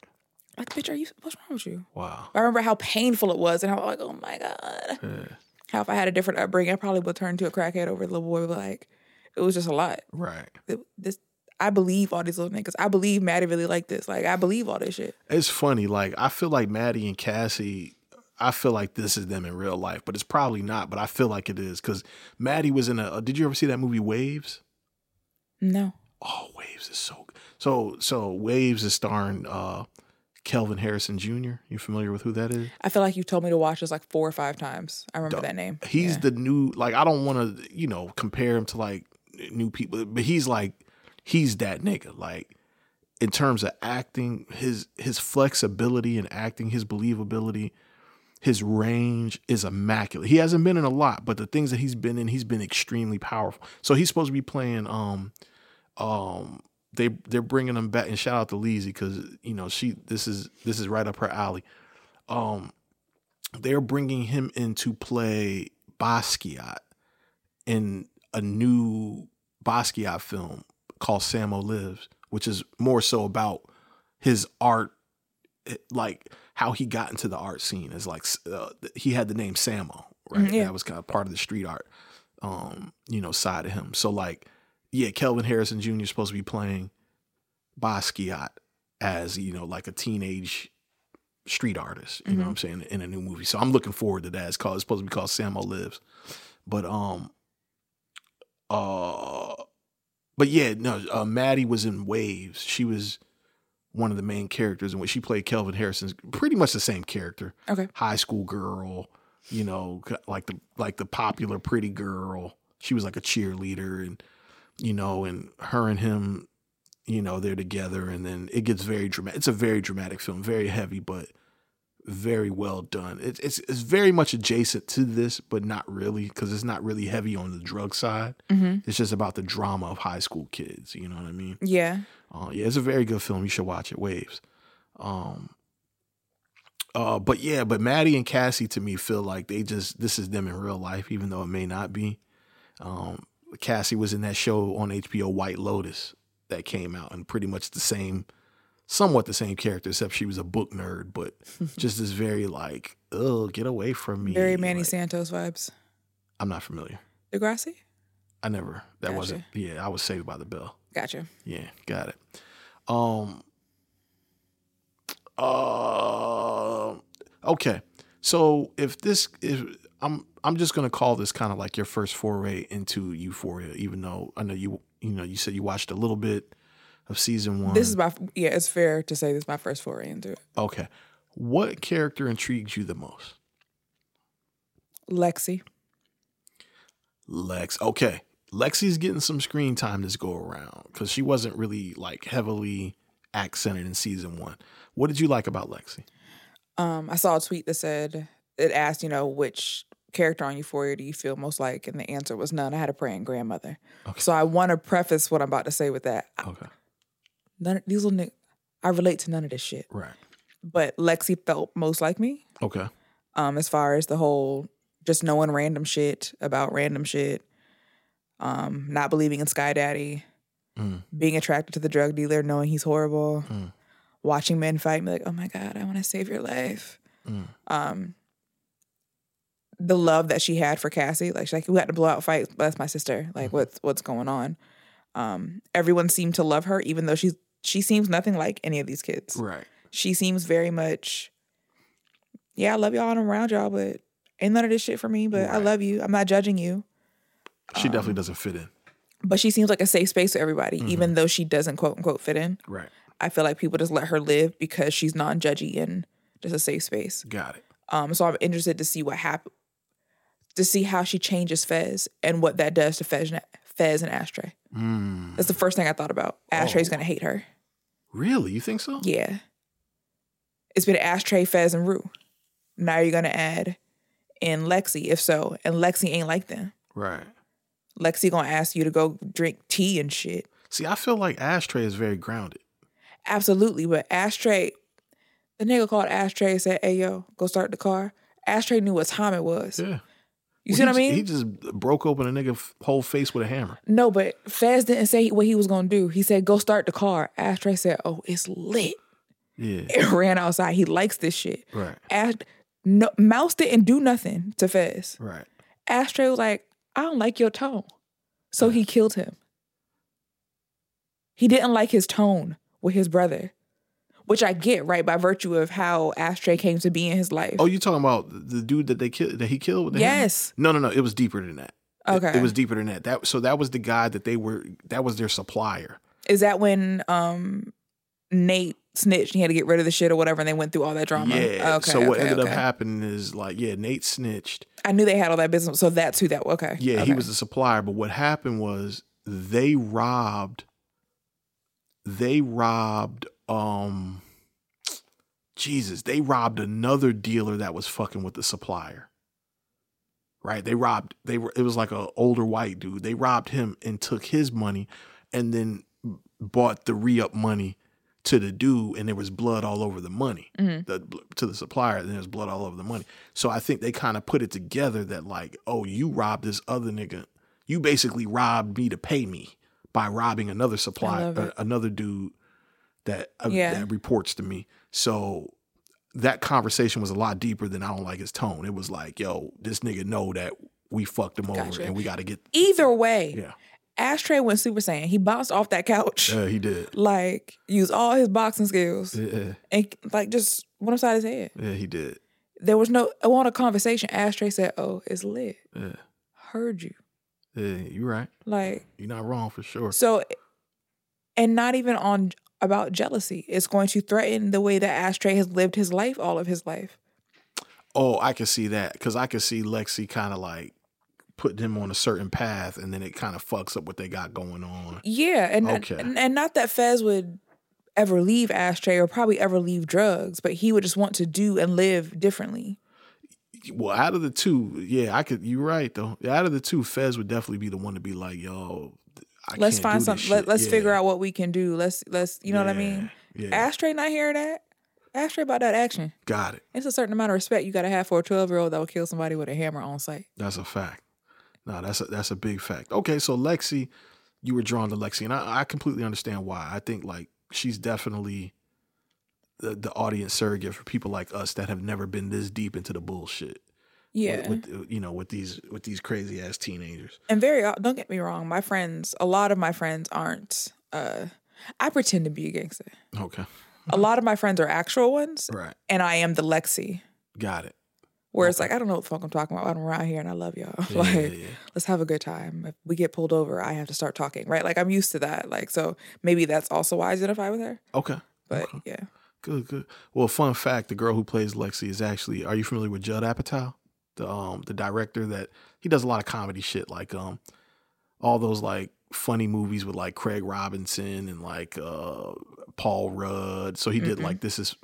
like bitch, are you what's wrong with you? Wow. I remember how painful it was and how like oh my god. How if I had a different upbringing, I probably would turn to a crackhead over the little boy. But like it was just a lot. Right. It- this. I believe all these little niggas. I believe Maddie really liked this. Like I believe all this shit. It's funny. Like I feel like Maddie and Cassie. I feel like this is them in real life, but it's probably not. But I feel like it is because Maddie was in a. Did you ever see that movie Waves? No. Oh, Waves is so so so. Waves is starring uh Kelvin Harrison Jr. You familiar with who that is? I feel like you told me to watch this like four or five times. I remember Duh. that name. He's Yeah. the new like I don't want to you know compare him to like new people, but he's like he's that nigga. Like in terms of acting, his his flexibility in acting, his believability, his range is immaculate. He hasn't been in a lot, but the things that he's been in, he's been extremely powerful. So he's supposed to be playing um um they they're bringing him back and shout out to Leezy because you know she this is this is right up her alley. Um, they're bringing him in to play Basquiat in a new Basquiat film called Samo Lives, which is more so about his art, it- like how he got into the art scene. Is like uh, he had the name Samo, right? Mhm, yeah. That was kind of part of the street art, um, you know, side of him. So like, yeah, Kelvin Harrison Jr. is supposed to be playing Basquiat as you know, like a teenage street artist. You know what I'm saying? In a new movie, so I'm looking forward to that. It's called. It's supposed to be called Samo Lives, but um, uh, but yeah, no. Uh, Maddie was in Waves. She was one of the main characters, and when she played Kelvin Harrison's pretty much the same character, Okay. high school girl. You know, c- like the like the popular pretty girl. She was like a cheerleader, and you know, and her and him, you know, they're together, and then it gets very dramatic. It's a very dramatic film, very heavy, but very well done. It's it's it's very much adjacent to this, but not really, because it's not really heavy on the drug side. It's just about the drama of high school kids. You know what I mean? Yeah. Uh, yeah, it's a very good film. You should watch it. Waves. Um. Uh, but yeah, but Maddie and Cassie to me feel like they just this is them in real life, even though it may not be. Um, Cassie was in that show on HBO White Lotus that came out, and pretty much the same, somewhat the same character, except she was a book nerd, but just this very like, oh, get away from me. Very Manny like, Santos vibes. I'm not familiar. Degrassi? I never. That Gotcha. wasn't. Yeah, I was Saved by the Bell. Gotcha. Yeah, got it. Um. Uh, okay. So if this if I'm I'm just gonna call this kind of like your first foray into Euphoria, even though I know you you know you said you watched a little bit of season one. This is my yeah. It's fair to say this is my first foray into it. okay. What character intrigues you the most? Lexi. Lex. Okay. Lexi's getting some screen time this go around because she wasn't really like heavily accented in season one. What did you like about Lexi? Um, I saw a tweet that said it asked, you know, which character on Euphoria do you feel most like, and the answer was none. I had a praying grandmother. Okay. So I want to preface what I'm about to say with that. I- Okay. None these little ni- I relate to none of this shit. Right. But Lexi felt most like me. Okay. um, as far as the whole just knowing random shit about random shit, um, not believing in Sky Daddy, Mm. being attracted to the drug dealer, knowing he's horrible, Mm. watching men fight, and be like, oh my God, I want to save your life. Mm. Um, the love that she had for Cassie, like she's like, we had to blow out fight, but that's my sister. Like, Mm-hmm. what's what's going on? Um, everyone seemed to love her, even though she's she seems nothing like any of these kids Right. she seems very much yeah i love y'all and I'm around y'all but ain't none of this shit for me but i Right. love you i'm not judging you She definitely doesn't fit in. but she seems like a safe space for everybody Mm-hmm. even though she doesn't quote unquote fit in Right. i feel like people just let her live because she's non-judgy and just a safe space Got it. um so i'm interested to see what happens to see how she changes fez and what that does to fez and, fez and ashtray Mm. Oh. that's the first thing i thought about ashtray's gonna hate her Really? You think so? Yeah. It's been Ashtray, Fez, and Rue. Now you're gonna add in Lexi, if so. And Lexi ain't like them. Right. Lexi gonna ask you to go drink tea and shit. See, I feel like Ashtray is very grounded. Absolutely, but Ashtray, the nigga called Ashtray and said, Hey yo, go start the car. Ashtray knew what time it was. Yeah. You Well, see he what I ju- mean? He just broke open a nigga f- whole face with a hammer. no, but Fez didn't say what he was gonna do. He said, Go start the car. Ashtray said, Oh, it's lit. Yeah. It ran outside. He likes this shit. Right. Asht- no, Mouse didn't do nothing to Fez. Right. Ashtray was like, I don't like your tone. So he killed him. He didn't like his tone with his brother, which I get, right, by virtue of how Ashtray came to be in his life. Oh, you talking about the dude that they killed? That he killed? With the hammer? Yes. No, no, no. It was deeper than that. It- Okay. It was deeper than that. That so that was the guy that they were. That was their supplier. Is that when um, Nate snitched and he had to get rid of the shit or whatever and they went through all that drama? Yeah. so what ended up okay. happening is like, yeah, Nate snitched. I knew they had all that business. So that's who that Okay. Yeah, okay. he was the supplier. But what happened was they robbed. They robbed. Um, Jesus, they robbed another dealer that was fucking with the supplier. Right? They robbed. They were. It was like a older white dude. They robbed him and took his money, and then bought the re up money to the dude, and there was blood all over the money Mm-hmm. the, to the supplier, and there was blood all over the money. So I think they kind of put it together that like, oh, you robbed this other nigga, you basically robbed me to pay me by robbing another supplier, love it. uh, another dude that uh, Yeah. that reports to me. So that conversation was a lot deeper than I don't like his tone. It was like, yo, this nigga know that we fucked him over, Gotcha. and we got to get. Either way, Yeah, Ashtray went Super Saiyan. He bounced off that couch, yeah, he did. like, used all his boxing skills. Yeah, and like just went upside his head. yeah, he did. There was no I want a conversation. Ashtray said, "Oh, it's lit. Yeah, Heard you." yeah, you right. Like You're not wrong for sure. so, and not even on about jealousy. It's going to threaten the way that Ashtray has lived his life all of his life. Oh, I could see that because I could see Lexi kind of like putting him on a certain path, and then it kind of fucks up what they got going on. Yeah, and Okay. and, and not that Fez would ever leave Ashtray or probably ever leave drugs, but he would just want to do and live differently. Well, out of the two, yeah, I could. You're right though. Yeah, Out of the two, Fez would definitely be the one to be like, "Yo, I let's can't find do some. this Let, shit. let's Yeah, figure out what we can do. Let's let's you know what yeah, I mean. Yeah, Ashtray not hearing that. Ashtray about that action. got it. It's a certain amount of respect you got to have for a 12 year old that will kill somebody with a hammer on site. That's a fact. No, that's a, that's a big fact. Okay, so Lexi, you were drawn to Lexi, and I, I completely understand why. I think like she's definitely the, the audience surrogate for people like us that have never been this deep into the bullshit. Yeah. With, with, you know, with these with these crazy ass teenagers. And very don't get me wrong, my friends, a lot of my friends aren't uh I pretend to be a gangster. Okay, A lot of my friends are actual ones Mm-hmm. right, and I am the Lexi. got it. Where it's like, I don't know what the fuck I'm talking about. but I'm around here and I love y'all. Yeah, like, yeah, yeah. let's have a good time. If we get pulled over, I have to start talking, right? Like, I'm used to that. Like, so maybe that's also why I identify with her. Okay, But yeah. good, good. Well, fun fact: the girl who plays Lexi is actually. Are you familiar with Judd Apatow, the um the director that he does a lot of comedy shit, like um all those like funny movies with like Craig Robinson and like uh Paul Rudd. So he did Mm-hmm. like this is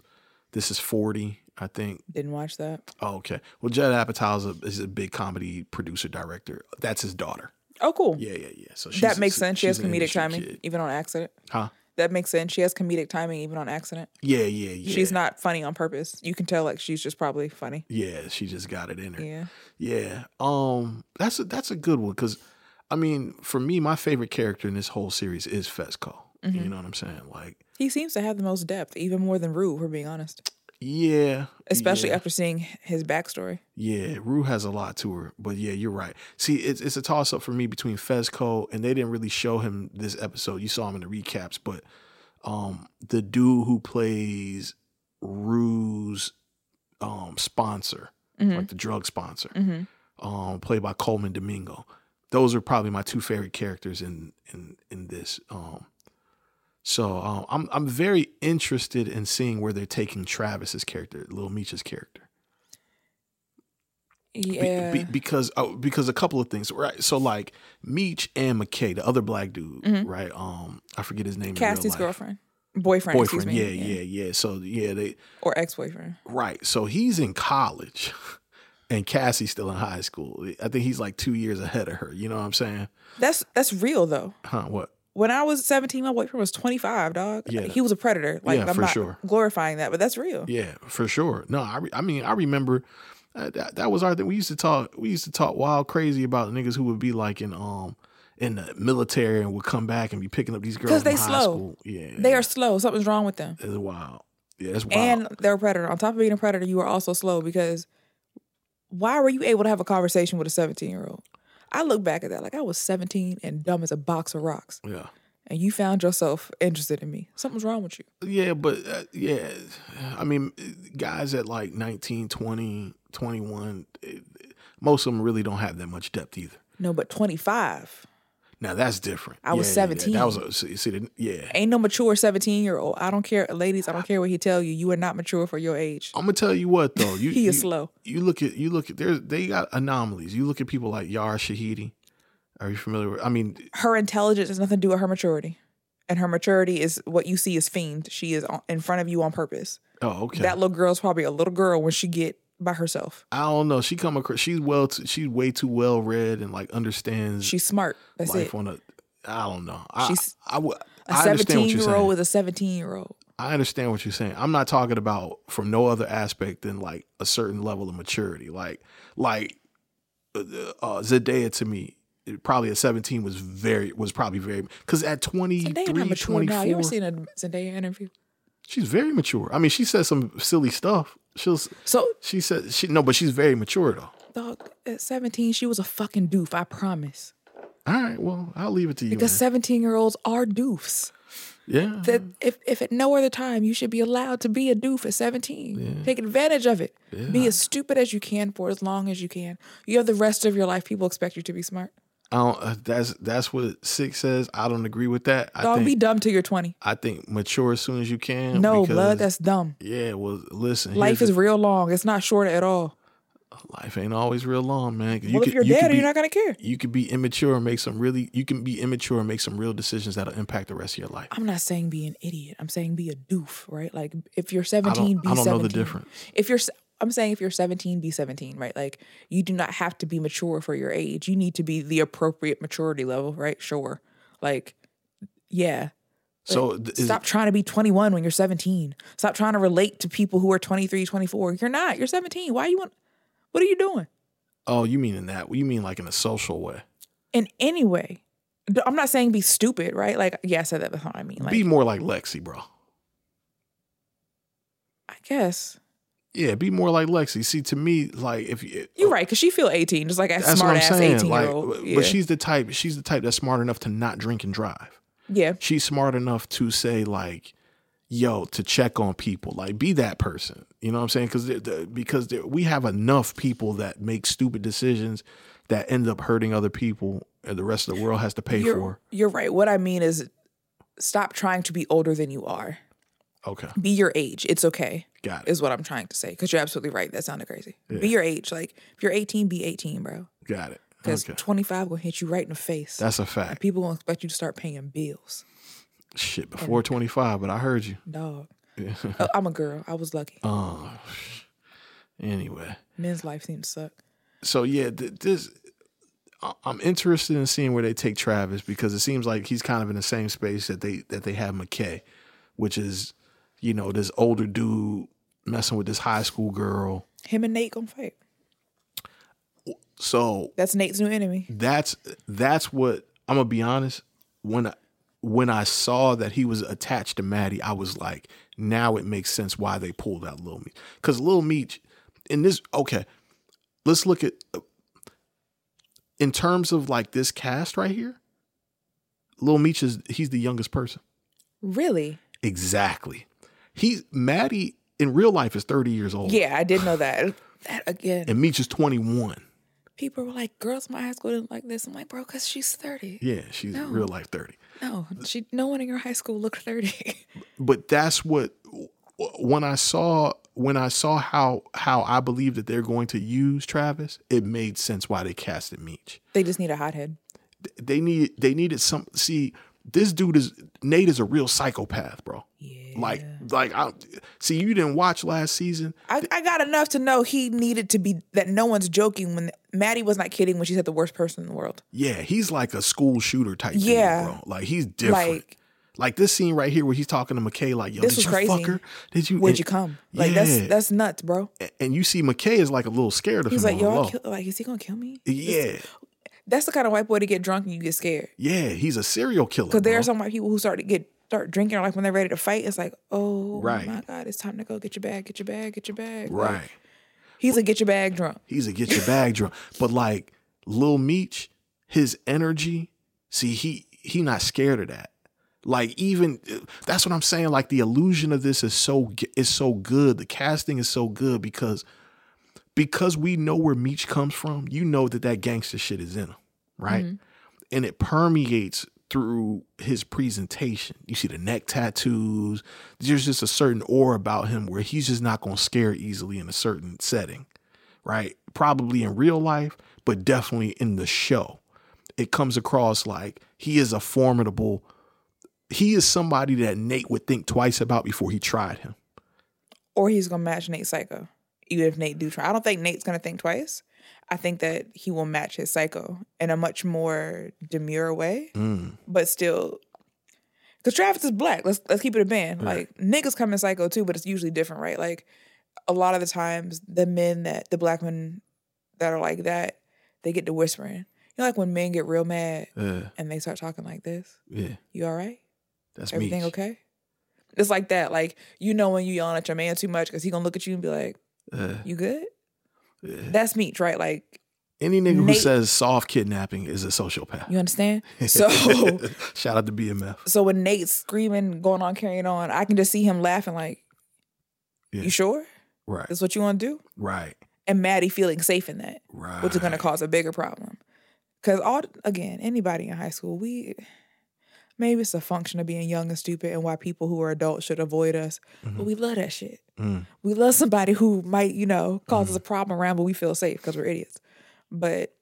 this is forty, I think. Didn't watch that. Oh, okay. Well, Judd Apatow is a, is a big comedy producer director. That's his daughter. Oh, cool. Yeah, yeah, yeah. So she's, that makes sense. She has she's an comedic industry timing, kid. even on accident. huh? That makes sense. She has comedic timing, even on accident. Yeah, yeah, yeah. She's not funny on purpose. You can tell, like, she's just probably funny. Yeah, she just got it in her. Yeah. Yeah. Um that's a that's a good one cuz I mean, for me my favorite character in this whole series is Fesco. You know what I'm saying? Like He seems to have the most depth, even more than Rue, if we're being honest, yeah. especially yeah, after seeing his backstory. Yeah, Rue has a lot to her, but yeah, you're right. See, it's it's a toss up for me between Fesco and they didn't really show him this episode. You saw him in the recaps, but um the dude who plays Rue's um sponsor, like the drug sponsor, um, played by Coleman Domingo. Those are probably my two favorite characters in in in this. Um, so um, I'm I'm very interested in seeing where they're taking Travis's character, Lil Meech's character, Be- Yeah. be- because oh, because a couple of things, right? So like Meech and McKay, the other black dude, right? Um, I forget his name. in real Mm-hmm. Cassie's life. girlfriend, boyfriend, excuse boyfriend. me. Yeah, yeah, yeah. So yeah, they Or ex boyfriend. Right. So he's in college and Cassie's still in high school. I think he's like two years ahead of her. You know what I'm saying? That's that's real though. Huh? What? When I was 17, my boyfriend was 25, dog. Yeah. He was a predator. Like, Yeah, I'm for not sure. glorifying that, but that's real. Yeah, for sure. No, I, re- I mean, I remember uh, that, that was our thing. We used to talk, we used to talk wild crazy about niggas who would be like in, um, in the military and would come back and be picking up these girls 'Cause they in high slow. school. Yeah. They are slow. Something's wrong with them. It's wild. Yeah, it's wild. And they're a predator. On top of being a predator, you are also slow because why were you able to have a conversation with a 17 year old? I look back at that like I was 17 and dumb as a box of rocks, yeah. and you found yourself interested in me. Something's wrong with you. Yeah, but uh, yeah, I mean, guys at like 19, 20, 21, it- eh, most of them really don't have that much depth either. No, but 25. Now that's different. I was Yeah, yeah, yeah. 17. That was a, see, see the, yeah. Ain't no mature 17 year old. I don't care, ladies, I don't care what he tell you. You are not mature for your age. I'm gonna tell you what though. You, He is you- slow. You look at you look at there's they got anomalies. You look at people like Yara Shahidi. Are you familiar with? I mean, Her intelligence has nothing to do with her maturity. And her maturity is what you see is fiend. She is on, in front of you on purpose. oh okay. That little girl's probably a little girl when she get by herself. I don't know. She come across. She's well. Too, she's way too well read and like understands She's smart. That's life it. on a. I don't know. I, She's I, would- A I understand what 17 you're year old saying. with a 17 year old. I understand what you're saying. I'm not talking about from no other aspect than like a certain level of maturity. Like like uh, uh, Zendaya to me, it- probably at 17 was very was probably very because at 23, Zendaya not mature now. You 24, ever seen a Zendaya interview? she's very mature. I mean, she said some silly stuff. She'll So, she said she no, but she's very mature though. dog, at 17, she was a fucking doof. I promise. All right, well, I'll leave it to you. Because man. 17 year olds are doofs. yeah, that if, if at no other time you should be allowed to be a doof at 17 take advantage of it be as stupid as you can for as long as you can you have the rest of your life people expect you to be smart I don't, uh, that's that's what six says. I don't agree with that. I don't think be dumb till you're 20 I think mature as soon as you can. no blood because- that's dumb yeah. Well, listen, life here's is the real long it's not short at all life ain't always real long, man. 'Cause You well could- if you're you could dead be, you're not gonna care You could be immature and make some really. You can be immature and make some real decisions that'll impact the rest of your life. I'm not saying be an idiot. I'm saying be a doof, right? Like if you're 17, be I don't 17. know the difference. If you're, s- I'm saying if you're 17, be 17, right? Like you do not have to be mature for your age. You need to be the appropriate maturity level, right? Sure. Like, yeah. So th- is, Stop trying to be 21 when you're 17. Stop trying to relate to people who are 23, 24. You're not. You're 17. Why you want? What are you doing? Oh, you mean in that? You mean like in a social way? in any way. D- I'm not saying be stupid, right? Like, yeah, I said that before. I mean, like, be more like Lexi, bro. I guess Yeah, be more like Lexi. See, to me, like if you, you're right because she feel 18, just like a that's smart what I'm ass saying. 18 Like, year old. but Yeah. she's the type. She's the type that's smart enough to not drink and drive. yeah, She's smart enough to say like, "Yo," to check on people. Like, be that person. You know what I'm saying? Because because there- we have enough people that make stupid decisions that end up hurting other people, and the rest of the world has to pay you're, for. you're right. What I mean is, stop trying to be older than you are. Okay, Be your age. It's okay. got it. Is what I'm trying to say because you're absolutely right. That sounded crazy. Be your age. Like if you're 18, be 18, bro. Got it. Because Okay. 25 gonna hit you right in the face. That's a fact. People gonna expect you to start paying bills, Shit, before 25, but I heard you. dog. Oh, I'm a girl. I was lucky. Oh, anyway. Men's life seems to suck. So yeah, th- this I- I'm interested in seeing where they take Travis because it seems like he's kind of in the same space that they that they have McKay, which is you know this older dude messing with this high school girl. Him and Nate gonna fight. So That's Nate's new enemy. that's that's what I'm gonna be honest. When I, when I saw that he was attached to Maddie, I was like, now it makes sense why they pulled out Lil Meech because Lil Meech in this okay. Let's look at in terms of like this cast right here. Lil Meech is he's the youngest person. Really? Exactly. He's Maddie in real life is 30 years old. Yeah, I did know that. That again. And Meech is 21. People were like, "Girls in my high school didn't like this." I'm like, "Bro, cause she's 30. Yeah, she's No. real life 30. No, she. No one in your high school looked 30. but that's what when I saw when I saw how how I believe that they're going to use Travis, it made sense why they casted Meech. they just need a hothead. They need they needed some see this dude is Nate is a real psychopath, bro. Yeah. Like like I see you didn't watch last season. I, I got enough to know he needed to be that. No one's joking when Maddie was not kidding when she said the worst person in the world. Yeah, he's like a school shooter type Yeah. dude, bro. Like he's different. Like, Like- this scene right here where he's talking to McKay like, yo, This did was you crazy. fuck her? Did you Where'd and- you come? Like Yeah. that's that's nuts, bro. and you see McKay is like a little scared of He's him. like, on the yo, low. I kill, like, is he gonna kill me? yeah. That's the kind of white boy to get drunk and you get scared. Yeah, he's a serial killer. Because there bro. are some white people who start to get start drinking, or like when they're ready to fight, it's like, oh Right. my god, it's time to go get your bag, get your bag, get your bag. Like, right. he's a get your bag drunk. He's a get your bag drunk. But like Lil Meech, his energy, see, he he not scared of that. Like even that's what I'm saying. Like the illusion of this is so g- is so good. The casting is so good because because we know where Meech comes from. You know that that gangster shit is in him, right? and it permeates through his presentation. You see the neck tattoos. There's just a certain aura about him where he's just not going to scare easily in a certain setting, right? Probably in real life, but definitely in the show. It comes across like he is a formidable, he is somebody that Nate would think twice about before he tried him. Or he's gonna match Nate Psycho, even if Nate do try. I don't think Nate's gonna think twice. I think that he will match his psycho in a much more demure way, Mm, but still. Because Travis is black. Let's let's keep it a band. Like niggas come in psycho too, but it's usually different, right? Like a lot of the times, the men that the black men that are like that, they get to whispering. You know, like when men get real mad Uh, and they start talking like this. yeah, You all right? that's Everything Meech. okay? It's like that. Like you know when you yelling at your man too much because he gonna look at you and be like, Uh, "You good?" That's Meech, right? Like any nigga who Nate- says soft kidnapping is a sociopath. you understand? So shout out to BMF. so when Nate's screaming, going on, carrying on, I can just see him laughing. Like, Yeah. you sure? Right, That's what you want to do? right. And Maddie feeling safe in that, Right. which is gonna cause a bigger problem. Because all again, anybody in high school, we maybe it's a function of being young and stupid and why people who are adults should avoid us, but we love that shit. Mm-hmm. Mm. Mm-hmm. we love somebody who might, you know, cause us a problem around, but we feel safe because we're idiots. But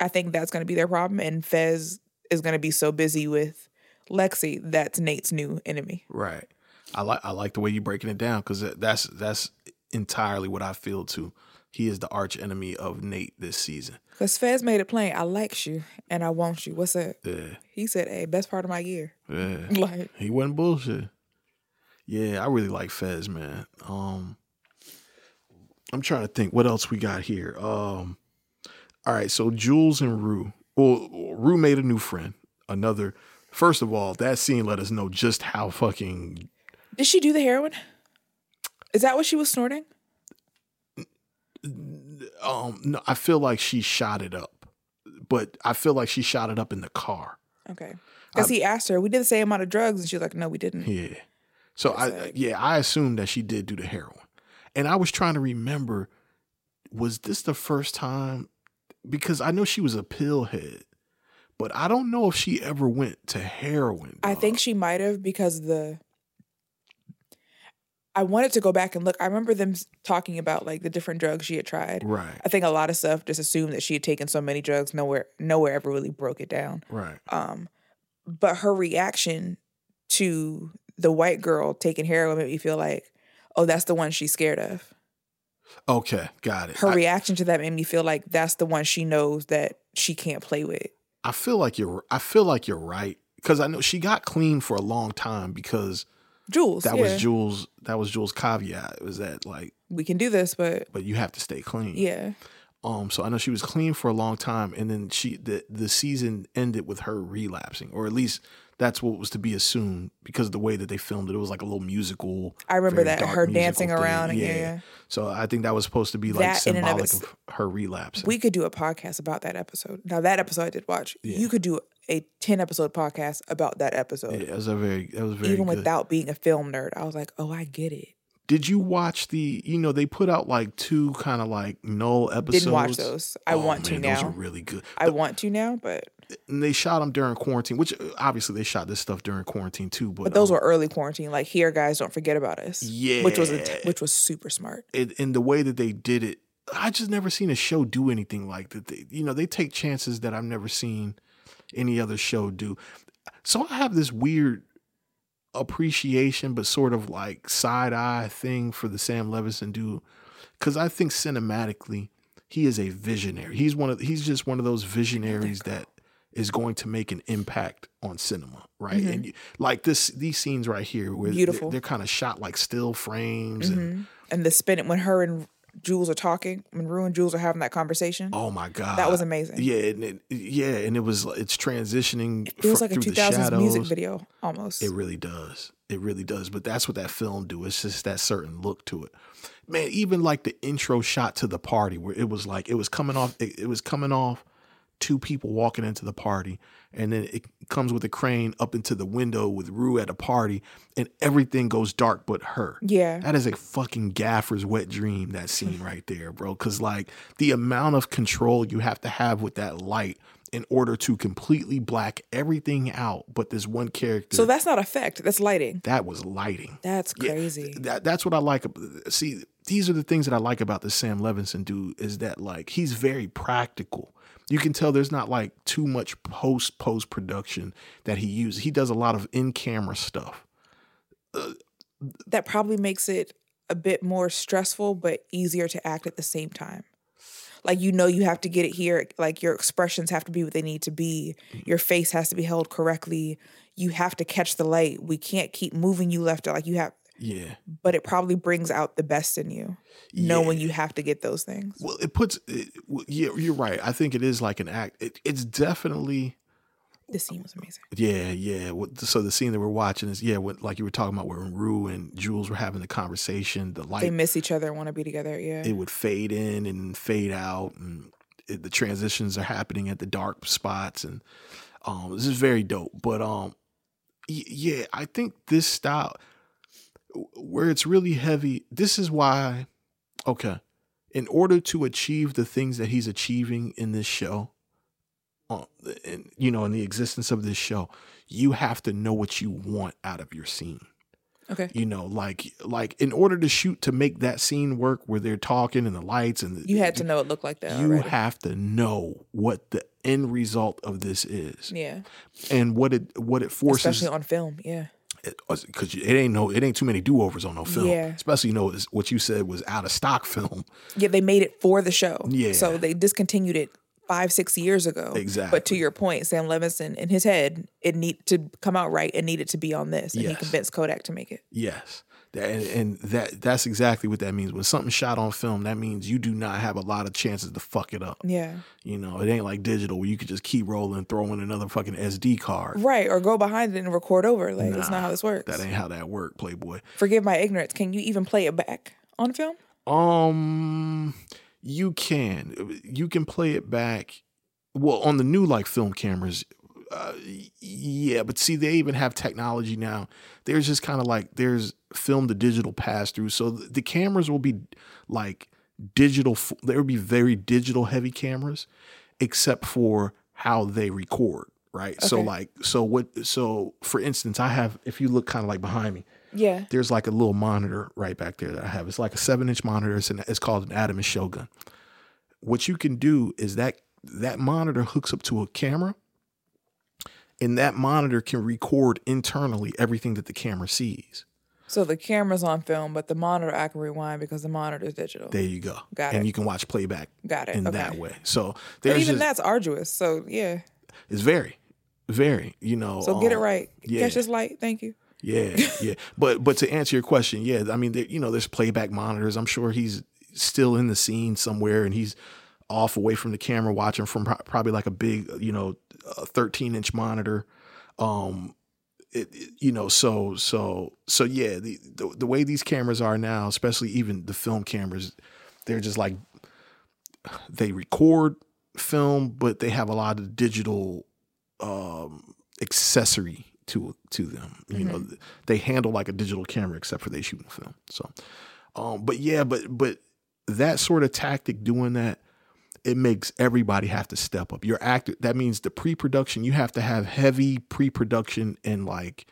I think that's going to be their problem. And Fez is going to be so busy with Lexi, that's Nate's new enemy. Right. I like I like the way you breaking it down because that's that's entirely what I feel too. He is the arch enemy of Nate this season. Because Fez made it plain, I likes you and I want you. What's up? Yeah, He said, hey, best part of my year. yeah. Like, He wasn't bullshit. Yeah, I really like Fez, man. Um, I'm trying to think what else we got here. Um, All right, so Jules and Rue. Well, Rue made a new friend. Another. First of all, that scene let us know just how fucking. Did she do the heroin? Is that what she was snorting? Um, no, I feel like she shot it up, but I feel like she shot it up in the car. Okay. Because he asked her, we did the same amount of drugs. And she's like, no, we didn't. Yeah. So I yeah, I assumed that she did do the heroin. And I was trying to remember was this the first time because I know she was a pill head, but I don't know if she ever went to heroin. I dog. think she might have because the. I wanted to go back and look. I remember them s- talking about like the different drugs she had tried. Right. I think a lot of stuff just assumed that she had taken so many drugs, nowhere nowhere ever really broke it down. Right. Um, but her reaction to the white girl taking heroin made me feel like, oh, that's the one she's scared of. Okay, got it. Her I, reaction to that made me feel like that's the one she knows that she can't play with. I feel like you're I feel like you're right cuz I know she got clean for a long time because Jules, that yeah, was Jules that was Jules caveat was that like we can do this, but but you have to stay clean. yeah, Um, so I know she was clean for a long time, and then she the the season ended with her relapsing, or at least that's what was to be assumed because of the way that they filmed it. It was like a little musical. I remember very that, dark her musical dancing around, yeah, yeah. So I think that was supposed to be like That in and of symbolic its- of her relapsing. we could do a podcast about that episode. Now that episode I did watch, you could do a ten episode podcast about that episode, yeah, it was a very that was very even good. without being a film nerd. I was like, oh, I get it. Did you watch the? You know, they put out like two kind of like null episodes. Didn't watch those. I Oh, want to man, now. Those are really good. I want to now, but And they shot them during quarantine, which uh, obviously they shot this stuff during quarantine too. But, but those um, were early quarantine. Like here, guys, don't forget about us. which was a t- Yeah. which was super smart. it, and the way that they did it, I just never seen a show do anything like that. They, you know, they take chances that I've never seen any other show do. So I have this weird appreciation, but sort of like side eye thing for the Sam Levinson dude, because I think cinematically he is a visionary. He's one of he's just one of those visionaries that is going to make an impact on cinema, right? And you, like this, these scenes right here, where they're- Beautiful. they're, kind of shot like still frames and And the spin when her and Jules are talking, when Rue and Jules are having that conversation, Oh my god, That was amazing. Yeah, and it, yeah, and it was it's transitioning. it was fr- like a through two the thousands shadows. music video almost. It really does. It really does. But that's what that film do. It's just that certain look to it. Man, even like the intro shot to the party where it was like it was coming off. It, it was coming off two people walking into the party, and then it comes with a crane up into the window with Rue at a party, and everything goes dark but her. Yeah. that is a fucking gaffer's wet dream. That scene right there, bro. Because like the amount of control you have to have with that light. In order to completely black everything out, but this one character so that's not effect. That's lighting. that was lighting. That's Yeah, crazy. That that's what I like. ab- See, these are the things that I like about the Sam Levinson dude is that like he's very practical. You can tell there's not like too much post post production that he uses. He does a lot of in camera stuff. that probably makes it a bit more stressful but easier to act at the same time like you know you have to get it here like your expressions have to be what they need to be Mm-hmm. your face has to be held correctly you have to catch the light we can't keep moving you left like you have Yeah. but it probably brings out the best in you knowing you have to get those things Well, it puts. It, well, yeah, you're right. I think it is like an act. It, it's definitely. this scene was amazing Yeah, yeah. What- So the scene that we're watching is yeah, what, like you were talking about, where Rue and Jules were having the conversation. The light they miss each other and want to be together yeah it would fade in and fade out and it, the transitions are happening at the dark spots and um this is very dope but um y- yeah i think this style w- where it's really heavy this is why okay in order to achieve the things that he's achieving in this show uh, and you know in the existence of this show you have to know what you want out of your scene okay you know like like in order to shoot to make that scene work where they're talking and the lights and the, you had to know it looked like that you already. have to know what the end result of this is yeah and what it what it forces especially on film yeah because it, ain't no it ain't too many do-overs on no film Yeah. especially you know it's- what you said was out of stock film Yeah, they made it for the show. Yeah. So they discontinued it five, six years ago. But to Exactly. your point, Sam Levinson in his head, it need to come out right. It needed to be on this, and he Yes. convinced Kodak to make it. yes That, and, and that that's exactly what that means. When something's shot on film, that means you do not have a lot of chances to fuck it up. Yeah. You know, it ain't like digital where you could just keep rolling, throwing another fucking SD card. Right. Or go behind it and record over. Like, that's not how this works. That ain't how that work, Playboy. Forgive my ignorance. Can you even play it back on film? Um, you can you can play it back. Well, on the new like film cameras, uh, yeah. But see, they even have technology now. There's just kind of like there's film to digital pass through, so th- the cameras will be like digital. f- There will be very digital heavy cameras, except for how they record. Right. So Okay. like so what so for instance, I have if you look kind of like behind me Yeah. there's like a little monitor right back there that I have. It's like a seven inch monitor. It's, an, it's called an Adam and Shogun. What you can do is that that monitor hooks up to a camera, and that monitor can record internally everything that the camera sees. So the camera's on film, but the monitor I can rewind because the monitor is digital. There you go. Got and it. you can watch playback Got it. in Okay. that way. So but there's even just, that's arduous. So yeah. it's very, very, you know. So get it um, right. yeah. Catch this light. Thank you. Yeah, yeah. But but to answer your question, yeah, I mean, there, you know, there's playback monitors. I'm sure he's still in the scene somewhere, and he's off away from the camera, watching from pro- probably like a big, you know, 13 inch monitor. Um, it, it- you know, so so so yeah, the, the the way these cameras are now, especially even the film cameras, they're just like they record film, but they have a lot of digital um, accessory to to them. You know, they handle like a digital camera, except for they shoot in film. So, um, but yeah, but but that sort of tactic, doing that, it makes everybody have to step up. Your actor, that means the pre-production. You have to have heavy pre-production and like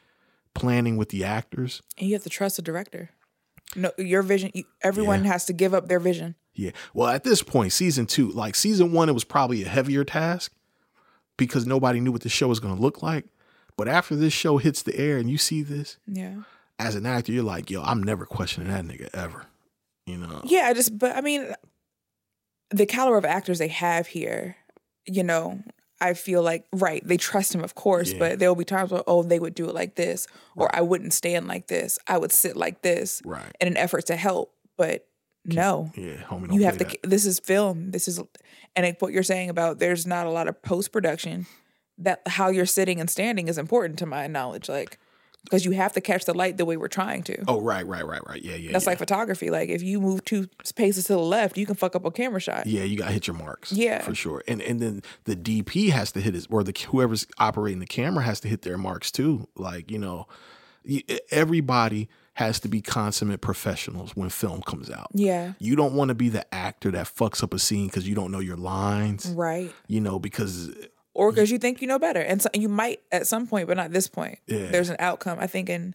planning with the actors. And you have to trust the director. No, your vision. You, everyone has to give up their vision. Yeah. Well, at this point, season two, like season one, it was probably a heavier task because nobody knew what the show was going to look like. But after this show hits the air and you see this, Yeah. as an actor, you're like, yo, I'm never questioning that nigga ever. You know? Yeah, I just but I mean the caliber of actors they have here, you know, I feel like right, they trust him of course, Yeah. but there will be times where oh, they would do it like this or I wouldn't stand like this. I would sit like this Right. in an effort to help, but no. Yeah, homie, don't You have play to that. this is film. This is and like what you're saying about there's not a lot of post production that how you're sitting and standing is important to my knowledge like because you have to catch the light the way we're trying to. Oh, right, right, right, right. Yeah, yeah. That's yeah. like photography. Like if you move two paces to the left, you can fuck up a camera shot. yeah, you got to hit your marks. Yeah. for sure. And and then the DP has to hit his, or the whoever's operating the camera has to hit their marks too. Like you know, y- e, everybody has to be consummate professionals when film comes out. Yeah. You don't want to be the actor that fucks up a scene because you don't know your lines. Right. You know, because Or because you think you know better, and so you might at some point, but not this point. Yeah. There's an outcome. I think in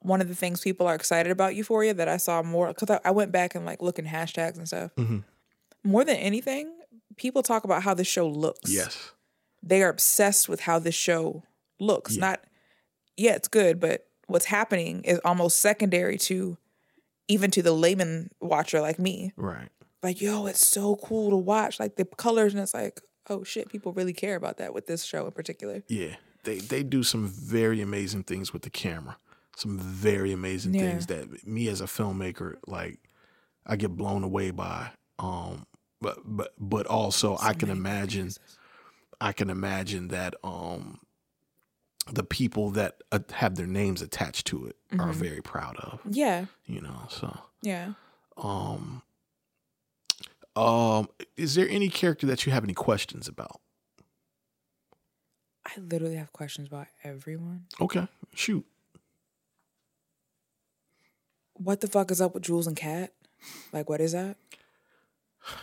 one of the things people are excited about Euphoria that I saw more because I, I went back and like looking hashtags and stuff. Mm-hmm. More than anything, people talk about how the show looks. yes, they are obsessed with how this show looks. Not, yeah, it's good, but what's happening is almost secondary to even to the layman watcher like me. right. Like, yo, it's so cool to watch. Like the colors, and it's like, oh shit, people really care about that with this show in particular. Yeah, they they do some very amazing things with the camera. Some very amazing Yeah. things that me as a filmmaker, like I get blown away by. Um, but but but also I can imagine, I can imagine that um, the people that uh, have their names attached to it are very proud of. Yeah, You know, so yeah. um, um, is there any character that you have any questions about? I literally have questions about everyone. Okay, shoot. What the fuck is up with Jules and Kat? Like, what is that?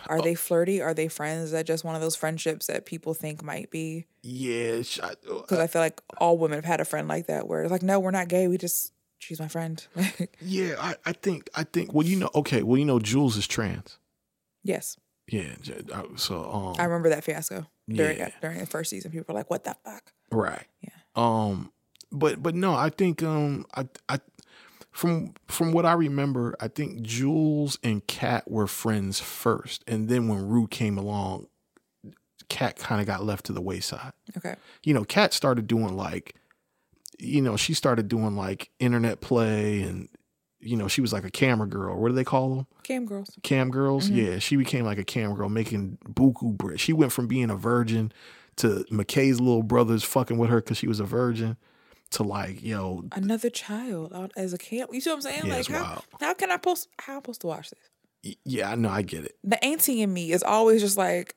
Are they flirty? Are they friends? Is that just one of those friendships that people think might be? Yeah, sh- I, because I feel like all women have had a friend like that where it's like, no, we're not gay. We just she's my friend. Like, Yeah, I, I think I think well you know okay well you know Jules is trans yes, yeah j- I- so um I remember that fiasco during Yeah. during the first season. People were like, what the fuck? right Yeah. um but but no I think um I I from from what I remember I think Jules and Kat were friends first and then when Rue came along Kat kind of got left to the wayside Okay, you know Kat started doing like you know, she started doing like internet play and, you know, she was like a camera girl. What do they call them? Cam girls. Cam girls? Mm-hmm. Yeah. She became like a cam girl making buku bread. She went from being a virgin to McKay's little brothers fucking with her because she was a virgin to like, yo, Another child out as a camp. You see what I'm saying? Yeah, like it's how, wild. how can I post how am I supposed to watch this? y- yeah, I know, I get it. The auntie in me is always just like,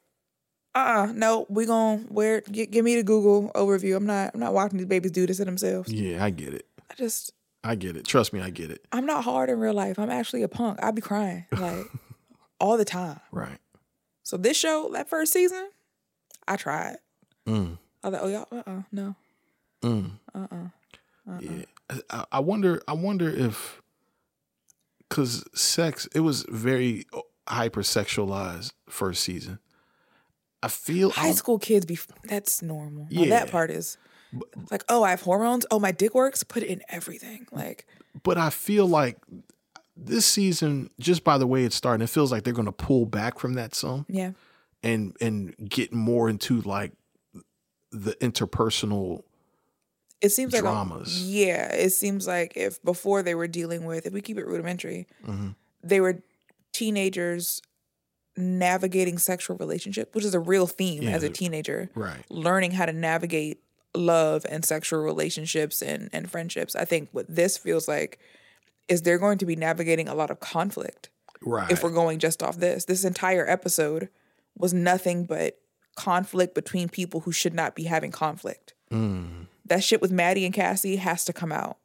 uh uh no, we gon' where get, give me the Google overview. I'm not I'm not watching these babies do this to themselves. Yeah, I get it. I just I get it. Trust me, I get it. I'm not hard in real life. I'm actually a punk. I'd be crying like all the time. Right. So this show, that first season, I tried. Mm. I was like, oh y'all, uh uh no. Mm. Uh-uh. Yeah. I, I wonder. I wonder if, because sex, it was very uh, hypersexualized first season. I feel I High don't- school kids be that's normal. Now, Um, Yeah. that part is it's like, oh, I have hormones. Oh, my dick works. Put it in everything. Like, but I feel like this season, just by the way it's starting, it feels like they're going to pull back from that some yeah, and and get more into like the interpersonal. it seems like a- Dramas. yeah, it seems like if before they were dealing with, if we keep it rudimentary, Mm-hmm. they were teenagers navigating sexual relationship, which is a real theme Yeah, as a the- teenager. Right. learning how to navigate love and sexual relationships and, and friendships. I think what this feels like is they're going to be navigating a lot of conflict Right. if we're going just off this. This entire episode was nothing but conflict between people who should not be having conflict. Mm. That shit with Maddie and Cassie has to come out.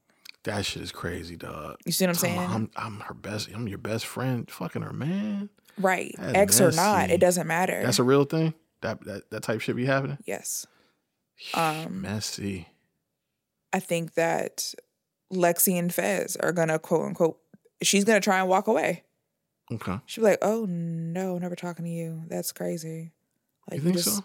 that shit is crazy, dog. You see what I'm Talking saying? about, I'm, I'm her best. I'm your best friend. Fucking her, man. right. That's Ex or not, messy. it doesn't matter. That's a real thing. That that, that type shit be happening. yes. Um, Messy. I think that Lexi and Fez are gonna quote unquote she's gonna try and walk away. Okay. She'd be like, "Oh no, never talking to you. That's crazy." Like You think just- so?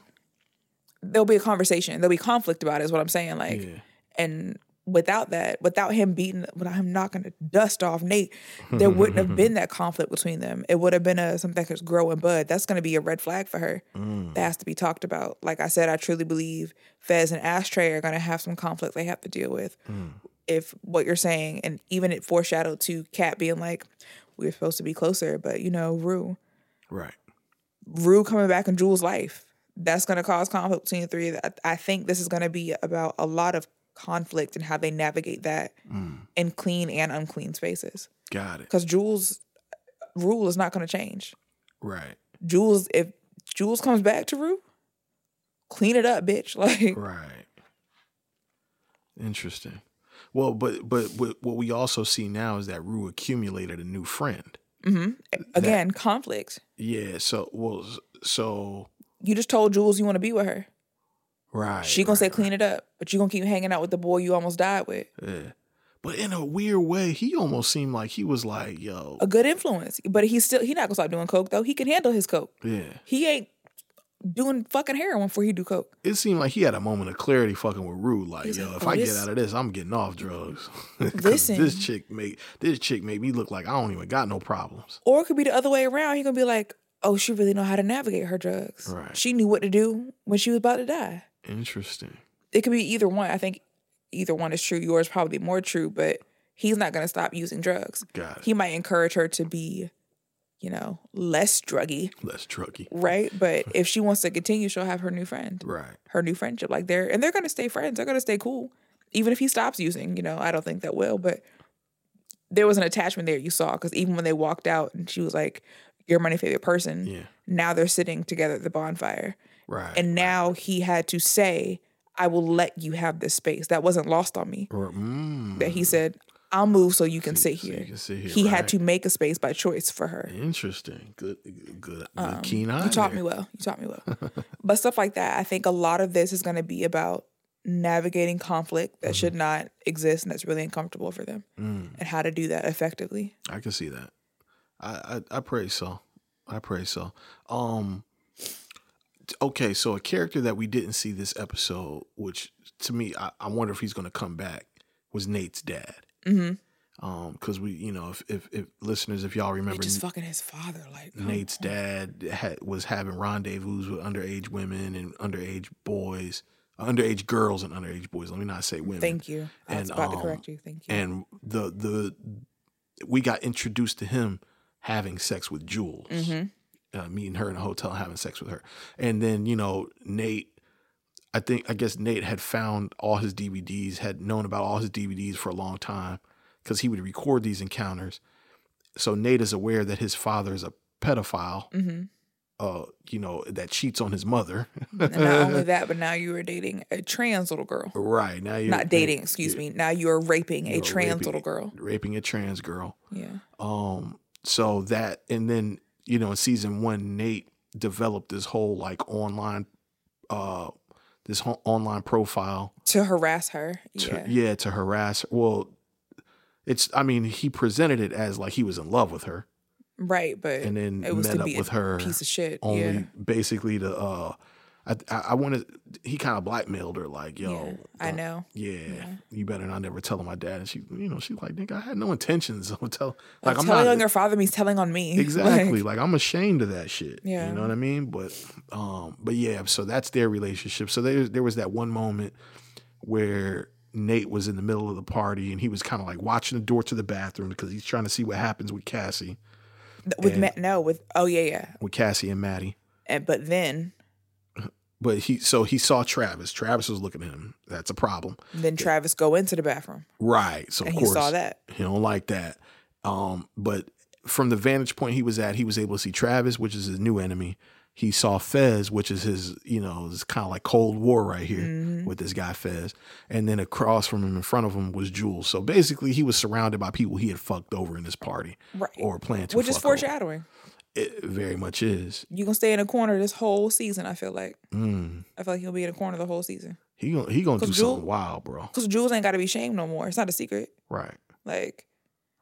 There'll be a conversation. There'll be conflict about it. Is what I'm saying. Like, Yeah. and without that, without him beating, without him knocking the dust off Nate, there wouldn't have Mm, been that conflict between them. It would have been a something that could grow and bud. That's going to be a red flag for her. That has to be talked about. Like I said, I truly believe Fez and Ashtray are going to have some conflict they have to deal with. If what you're saying, and even it foreshadowed to Kat being like, "We were supposed to be closer," but you know, Rue. Right. Rue coming back in Jules' life. That's going to cause conflict between the three. I- I think this is going to be about a lot of conflict and how they navigate that Mm. in clean and unclean spaces. Got it. Because Jules' rule is not going to change. Right. Jules, if Jules comes back to Rue, clean it up, bitch. Like, Right. Interesting. Well, but but what what we also see now is that Rue accumulated a new friend. again, conflict. Yeah. So well. So You just told Jules you want to be with her. right. She gonna right. say clean it up, but you gonna keep hanging out with the boy you almost died with. But in a weird way, he almost seemed like he was like, "Yo, A good influence, but he's still he not gonna stop doing coke though. He can handle his coke. yeah." He ain't doing fucking heroin before he do coke. It seemed like he had a moment of clarity, fucking with Rue. Like, He's yo, like, if "Oh, I get this- out of this, I'm getting off drugs. 'Cause Listen. this chick make this chick make me look like I don't even got no problems. Or it could be the other way around. He gonna be like, oh, she really know how to navigate her drugs. Right. She knew what to do when she was about to die. Interesting. It could be either one. I think either one is true. Yours probably more true, but he's not gonna stop using drugs. Got it. He might encourage her to be, you know, less druggy, Less trucky. right? But if she wants to continue, she'll have her new friend. Right. her new friendship. Like they're and they're gonna stay friends. They're gonna stay cool. Even if he stops using, you know, I don't think that will, but there was an attachment there you saw because even when they walked out and she was like, You're my new favorite person, Yeah. now they're sitting together at the bonfire. Right. And now he had to say, I will let you have this space. That wasn't lost on me. Or, mm, That he said, I'll move so you can So- sit so you here. can sit here, he right. had to make a space by choice for her. interesting. Good. Good. Good. keen eye. Um, You taught there. me well. You taught me well. but stuff like that, I think a lot of this is going to be about navigating conflict Mm. that should not exist and that's really uncomfortable for them and how to do that effectively. I can see that. I, I I pray so. I pray so. Um t- okay, so a character that we didn't see this episode, which to me I, I wonder if he's gonna come back, was Nate's dad. Mm-hmm. Um, because we you know, if, if if listeners, if y'all remember Just fucking his father. Like, come Nate's dad had, was having rendezvous with underage women and underage boys underage girls and underage boys. Let me not say women. oh, Thank you. I was And, about um, to correct you. Thank you. And the the we got introduced to him having sex with Jules, Mm-hmm. uh, meeting her in a hotel, having sex with her, and then you know Nate. I think I guess Nate had found all his DVDs, had known about all his DVDs for a long time, because he would record these encounters. So Nate is aware that his father is a Mm-hmm, pedophile, uh, you know, that cheats on his mother. and not only that, but now you are dating a trans little girl. right now, you're Not dating, excuse me. Now you are raping a you're trans raping- little girl. raping a trans girl. Yeah. Um, so that, and then, you know, in season one, Nate developed this whole like online, uh, this whole online profile To harass her. to, yeah. Yeah. to harass her. Well, it's, I mean, he presented it as like he was in love with her Right. But and then it was met to up be with a her. piece of shit. Only yeah. basically to, uh, I, I, I wanted, he kind of blackmailed her like, yo, yeah. I don't- know. Yeah, you better not never tell my dad. And she, you know, she's like, nigga, I had no intentions of tell, like, I'm telling not, on your father means telling on me. Exactly. Like, Like, I'm ashamed of that shit. Yeah. You know what I mean? But um, but yeah, so that's their relationship. So there there was that one moment where Nate was in the middle of the party and he was kind of like watching the door to the bathroom because he's trying to see what happens with Cassie, with Ma- no, with oh yeah, yeah. with Cassie and Maddie. And but then But he so he saw Travis. Travis was looking at him. That's a problem. then Travis go into the bathroom. Right. So of And he course saw that. He don't like that. Um, but from the vantage point he was at, he was able to see Travis, which is his new enemy. He saw Fez, which is his, you know, it's kind of like Cold War right here Mm-hmm. with this guy Fez. And then across from him, in front of him, was Jules. So basically, he was surrounded by people he had fucked over in this party, Right. Or planned to, Which is fuck over. foreshadowing. It very much is. Mm. You gonna stay in a corner this whole season, I feel like. I feel like he'll be in a corner the whole season. He gonna he gonna do 'Cause something Jules- wild, bro. Because Jules ain't gotta be shamed no more. It's not a secret. Right, Like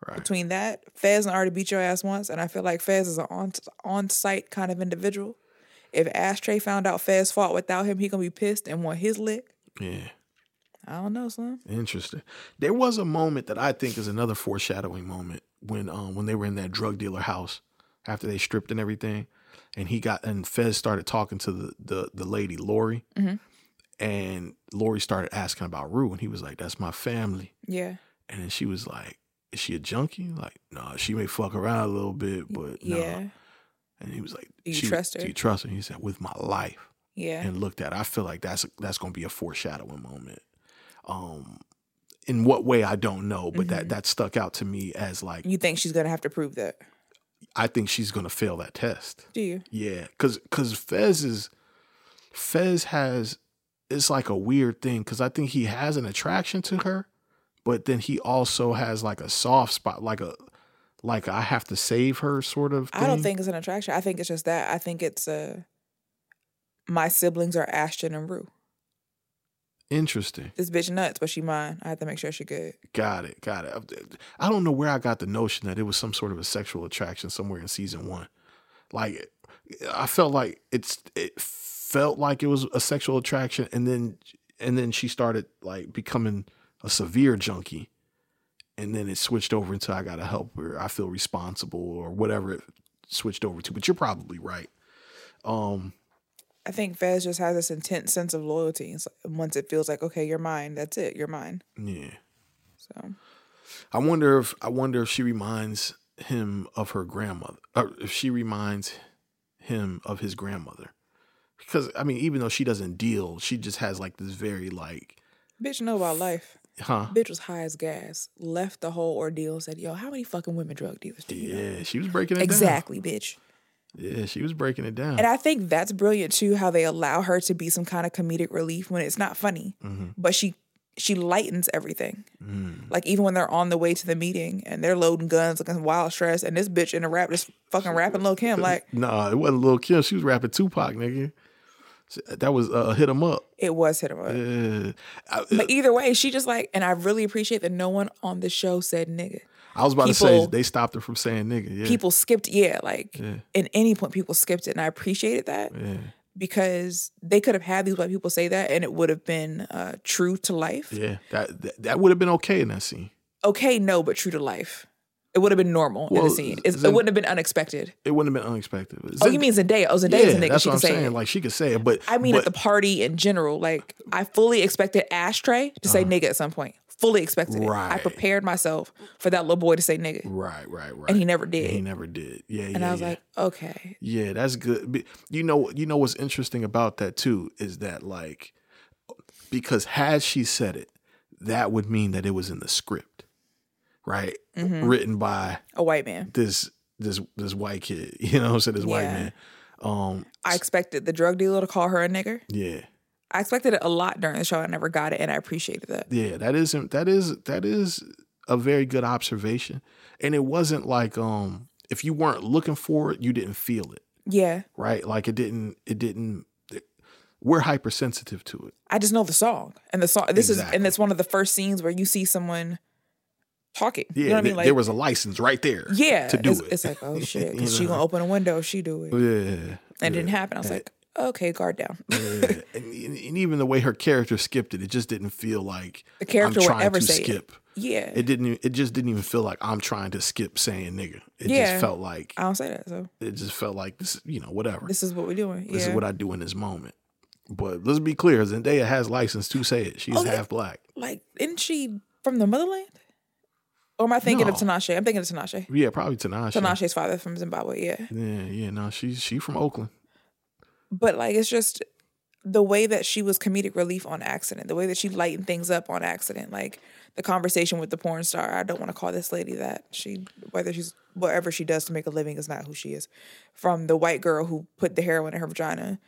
right. between that, Fez and already beat your ass once, and I feel like Fez is an on on site kind of individual. If Ashtray found out Fez fought without him, he gonna be pissed and want his lick. Yeah. I don't know, son. Interesting. There was a moment that I think is another foreshadowing moment when um when they were in that drug dealer house after they stripped and everything, and he got and Fez started talking to the the, the lady Lori, Mm-hmm. and Lori started asking about Rue, and he was like, "That's my family," Yeah. and then she was like, "Is she a junkie?" Like, no, she may fuck around a little bit, but no. Yeah. And he was like, Do you she- trust her? Do you trust her?" He said, "With my life." Yeah. and looked at. I feel like that's that's going to be a foreshadowing moment. Um, in what way I don't know, but that that stuck out to me as like Mm-hmm. you think she's gonna have to prove that. I think she's going to fail that test. Do you? Yeah, because because Fez is Fez has it's like a weird thing because I think he has an attraction to her, but then he also has like a soft spot, like a like I have to save her sort of. Thing. I don't think it's an attraction. I think it's just that. I think it's uh my siblings are Ashton and Rue. interesting. This bitch nuts, but she mine. I have to make sure she good. Got it. Got it. I don't know where I got the notion that it was some sort of a sexual attraction somewhere in season one. Like, I felt like it's it felt like it was a sexual attraction, and then and then she started like becoming a severe junkie, and then it switched over into I gotta help her. I feel responsible or whatever it switched over to. But you're probably right. Um, I think Fez just has this intense sense of loyalty. It's like, once it feels like, okay, you're mine, that's it, you're mine. yeah. So I wonder if I wonder if she reminds him of her grandmother, or if she reminds him of his grandmother. Because I mean, even though she doesn't deal, she just has like this very like, bitch know about life. huh? Bitch was high as gas. Left the whole ordeal and said, Yo, how many fucking women drug dealers do you know? Yeah, she was breaking it Exactly, bitch. down. Yeah, she was breaking it down. And I think that's brilliant too, how they allow her to be some kind of comedic relief when it's not funny, Mm-hmm. but she she lightens everything. Mm. Like even when they're on the way to the meeting and they're loading guns, looking wild stress, and this bitch in a rap just fucking rapping Lil Kim like nah, it wasn't Lil Kim. She was rapping Tupac, nigga. That was uh, hit him up. it was hit him up. Uh, I, But either way, she just like, and I really appreciate that no one on the show said nigga. I was about to say people- they stopped her from saying nigga. Yeah, People skipped, yeah, like in any point, people skipped it, and I appreciated that yeah, because they could have had these white people say that, and it would have been uh, true to life. yeah. That that, that would have been okay in that scene. okay, no, but true to life. It would have been normal in Well, the scene. It's, Zen- it wouldn't have been unexpected. It wouldn't have been unexpected. But Oh, Zend- you mean Zendaya? Oh, Zendaya's yeah, a nigga. that's she what I'm can say saying. it. Like she could say it, but I mean, at but, the party in general, like I fully expected Ashtray to say nigga at some point. Fully expected it. I Uh-huh. Right. prepared myself for that little boy to say nigga, right, right, right, and he never did. He never did. Yeah, and yeah, I was yeah. like, okay, Yeah, that's good. Be- You know, you know what's interesting about that too is that like because had she said it, that would mean that it was in the script, right? Mm-hmm. Written by a white man. this this this white kid, you know, so this white Yeah. man. Um, I expected the drug dealer to call her a nigger. yeah, I expected it a lot during the show. I never got it, and I appreciated that. yeah, that isn't that is that is a very good observation, and it wasn't like um if you weren't looking for it, you didn't feel it, Yeah, right? Like it didn't it didn't. We're hypersensitive to it. I just know the song, and the song. This is, Exactly. and it's one of the first scenes where you see someone talking. Yeah, you know what I th- mean? Like, there was a license right there. yeah, to do it's, it. it's like, oh shit, You because she know? gonna open a window, she do it. Yeah, And it didn't happen. I was like, okay, guard down. yeah. and, and even the way her character skipped it, it just didn't feel like The character I'm would trying ever to say it. skip. yeah, It didn't. e- It just didn't even feel like I'm trying to skip saying nigga. It Yeah. just felt like I don't say that. So it just felt like this. You know, whatever. This, this is what we're doing. Yeah. is what I do in this moment. But let's be clear, Zendaya has license to say it. She's Oh, yeah. half black. like, isn't she from the motherland? Or am I thinking of No. Tinashe? I'm thinking of Tinashe. Yeah, probably Tinashe. Tinashe's father from Zimbabwe, yeah. Yeah, yeah. No, she's she from Oakland. But like, it's just the way that she was comedic relief on accident, the way that she lightened things up on accident, like the conversation with the porn star. I don't want to call this lady that. She, whether she's whatever she does to make a living is not who she is. From the white girl who put the heroin in her vagina.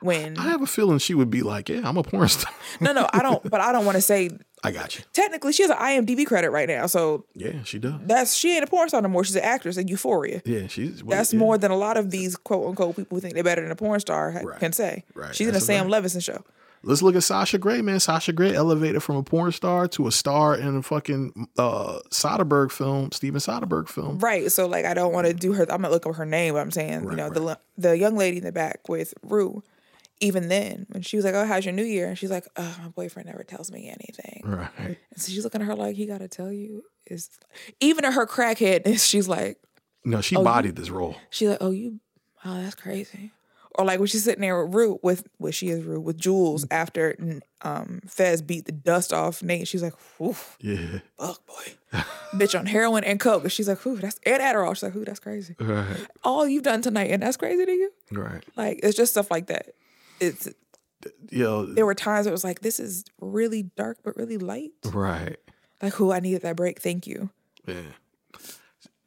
When I have a feeling she would be like, yeah, I'm a porn star. no, no, I don't. But I don't want to say. I got you. Technically, she has an IMDb credit right now, so Yeah, she does. that's she ain't a porn star no more. She's an actress in Euphoria. Yeah, she's well, That's yeah. more than a lot of these quote unquote people who think they're better than a porn star ha- Right. can say. Right. She's in a That's a Sam Levinson show. Let's look at Sasha Grey, man. Sasha Grey elevated from a porn star to a star in a fucking uh, Soderbergh film, Steven Soderbergh film. Right. So like I don't want to do her I'm gonna look up her name, but I'm saying, you Right, know, the the the young lady in the back with Rue, even then, when she was like, Oh, how's your new year? And she's like, Oh, my boyfriend never tells me anything. Right. And so she's looking at her like, he gotta tell you is even at her crackheadness, she's like No, Oh, she bodied this role. She's like, oh, you, oh, that's crazy. Or like when she's sitting there with Rue, with well, she is Rue with Mm. Jules after um, Fez beat the dust off Nate. She's like, whew, Yeah. fuck boy, bitch on heroin and coke. And she's like, whew, that's and Adderall. She's like, whew, that's crazy. Right. All you've done tonight, and that's crazy to you. Right. Like it's just stuff like that. It's Yo. there were times where it was like, this is really dark but really light. Right. Like, who I needed that break. Thank you. Yeah.